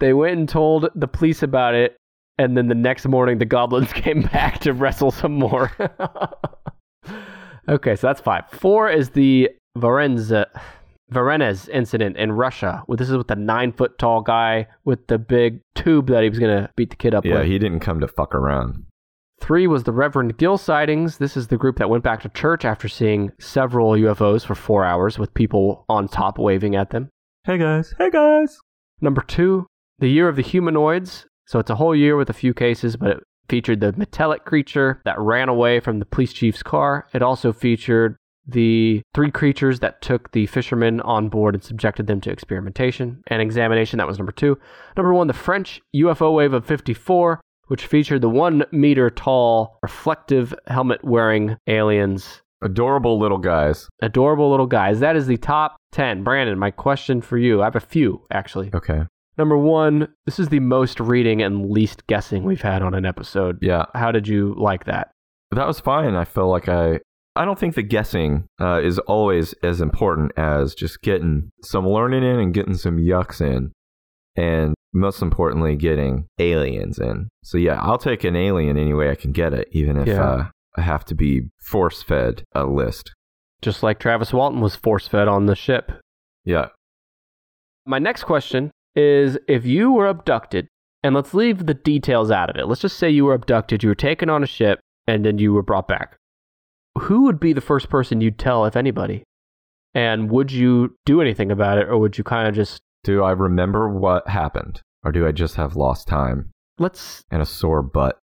they went and told the police about it, and then the next morning the goblins came back to wrestle some more. okay, so that's five. Four is the Varenza. Varenez incident in Russia. Well, this is with the nine foot tall guy with the big tube that he was gonna beat the kid up
Yeah,
with.
he didn't come to fuck around.
Three was the Reverend Gill sightings. This is the group that went back to church after seeing several UFOs for four hours with people on top waving at them.
Hey guys, hey guys.
Number two, the year of the humanoids. So it's a whole year with a few cases, but it featured the metallic creature that ran away from the police chief's car. It also featured the three creatures that took the fishermen on board and subjected them to experimentation and examination. That was number two. Number one, the French UFO wave of 54, which featured the one meter tall, reflective helmet wearing aliens.
Adorable little guys.
Adorable little guys. That is the top 10. Brandon, my question for you. I have a few, actually.
Okay.
Number one, this is the most reading and least guessing we've had on an episode.
Yeah,
How did you like that?
that was fine. I feel like I. I don't think the guessing uh, is always as important as just getting some learning in and getting some yucks in, and most importantly, getting aliens in. So yeah, I'll take an alien any way I can get it, even if
Yeah.
uh, I have to be force fed a list.
Just like Travis Walton was force fed on the ship.
Yeah,
My next question is if you were abducted, and let's leave the details out of it. Let's just say you were abducted, you were taken on a ship, and then you were brought back. Who would be the first person you'd tell, if anybody? And would you do anything about it, or would you kind of just
do I remember what happened, or do I just have lost time
let's
and a sore butt?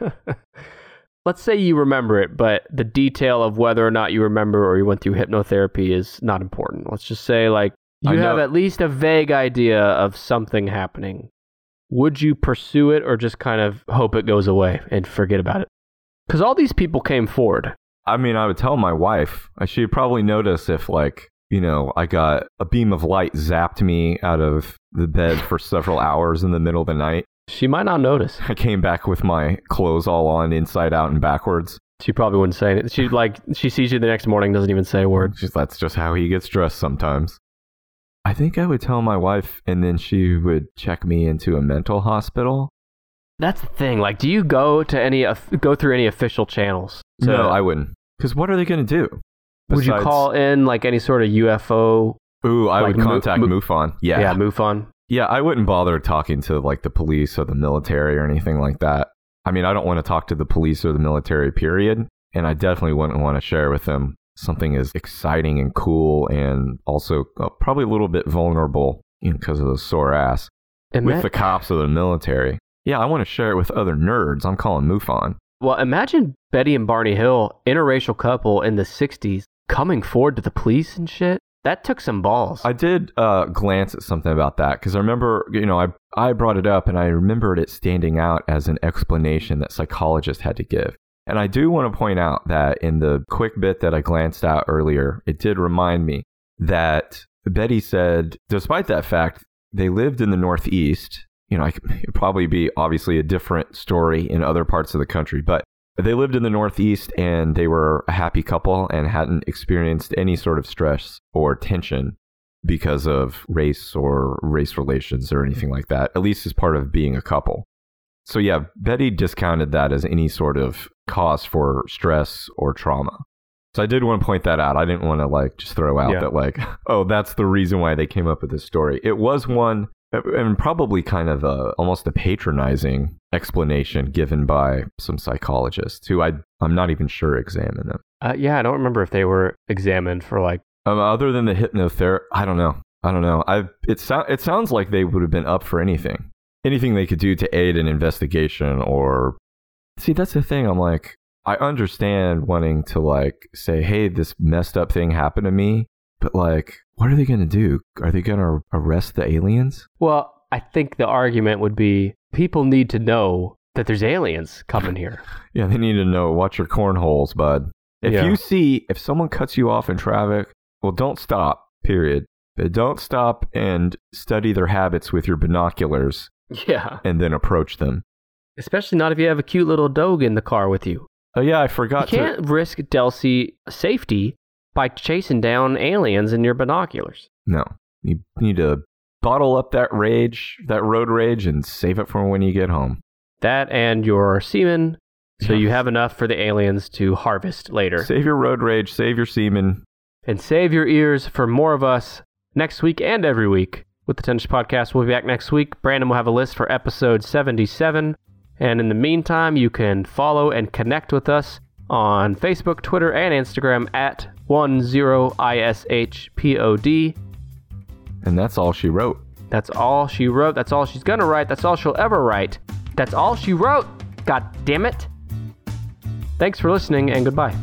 Let's say you remember it, but the detail of whether or not you remember or you went through hypnotherapy is not important. Let's just say, like, you
I
have
know-
at least a vague idea of something happening. Would you pursue it or just kind of hope it goes away and forget about it? Because all these people came forward.
I mean, I would tell my wife. Uh, She'd probably notice if, like, you know, I got a beam of light zapped me out of the bed for several hours in the middle of the night.
She might not notice.
I came back with my clothes all on, inside out and backwards.
She probably wouldn't say anything. She like she sees you the next morning, doesn't even say a word.
Just- That's just how he gets dressed sometimes. I think I would tell my wife, and then she would check me into a mental hospital.
That's the thing. Like, do you go to any of- go through any official channels?
no, I wouldn't. Because what are they going to do?
Would you
Besides-
call in like any sort of UFO?
Ooh, I
like,
would
Mu-
contact
Mu-
MUFON. Yeah.
yeah
yeah,
MUFON.
I wouldn't bother talking to like the police or the military or anything like that. I mean, I don't want to talk to the police or the military. Period. And I definitely wouldn't want to share with them something as exciting and cool and also uh, probably a little bit vulnerable because of the sore ass
Ima-
with the cops or the military. Yeah, I want to share it with other nerds. I'm calling MUFON.
well, imagine Betty and Barney Hill, interracial couple in the '60s, coming forward to the police and shit. That took some balls.
I did uh, glance at something about that because I remember, you know, I, I brought it up and I remembered it standing out as an explanation that psychologists had to give. And I do want to point out that in the quick bit that I glanced at earlier, it did remind me that Betty said, despite that fact, they lived in the Northeast. You know, I could- it'd probably be obviously a different story in other parts of the country, but they lived in the Northeast and they were a happy couple and hadn't experienced any sort of stress or tension because of race or race relations or anything like that, at least as part of being a couple. So, yeah, Betty discounted that as any sort of cause for stress or trauma. So, I did want to point that out. I didn't want to like just throw out
Yeah.
that, like, oh, that's the reason why they came up with this story. It was one, and probably kind of a, almost a patronizing explanation given by some psychologists who I, I'm not even sure examine them.
Uh, yeah, I don't remember if they were examined for like.
Um, other than the hypnotherapy, I don't know. I don't know. I it sound it sounds like they would have been up for anything, anything they could do to aid an investigation or. See, that's the thing. I'm like, I understand wanting to like say, hey, this messed up thing happened to me, but like, what are they gonna do? Are they gonna arrest the aliens?
Well, I think the argument would be people need to know that there's aliens coming here.
Yeah, they need to know. Watch your cornholes, bud. If
Yeah.
you see if someone cuts you off in traffic, well, don't stop. Period. But don't stop and study their habits with your binoculars
yeah,
and then approach them.
especially not if you have a cute little dog in the car with you.
Oh yeah, I
You
forgot to.
can't risk Delcy safety by chasing down aliens in your binoculars.
No, you need to bottle up that rage, that road rage, and save it for when you get home.
That and your semen, so
Yeah.
you have enough for the aliens to harvest later.
Save your road rage, save your semen.
and save your ears for more of us next week and every week with the Tennis Podcast. We'll be back next week. Brandon will have a list for episode 77. And in the meantime, you can follow and connect with us on Facebook, Twitter, and Instagram at 10ISHPOD.
And that's all she wrote.
That's all she wrote. That's all she's going to write. That's all she'll ever write. That's all she wrote. God damn it. Thanks for listening and goodbye.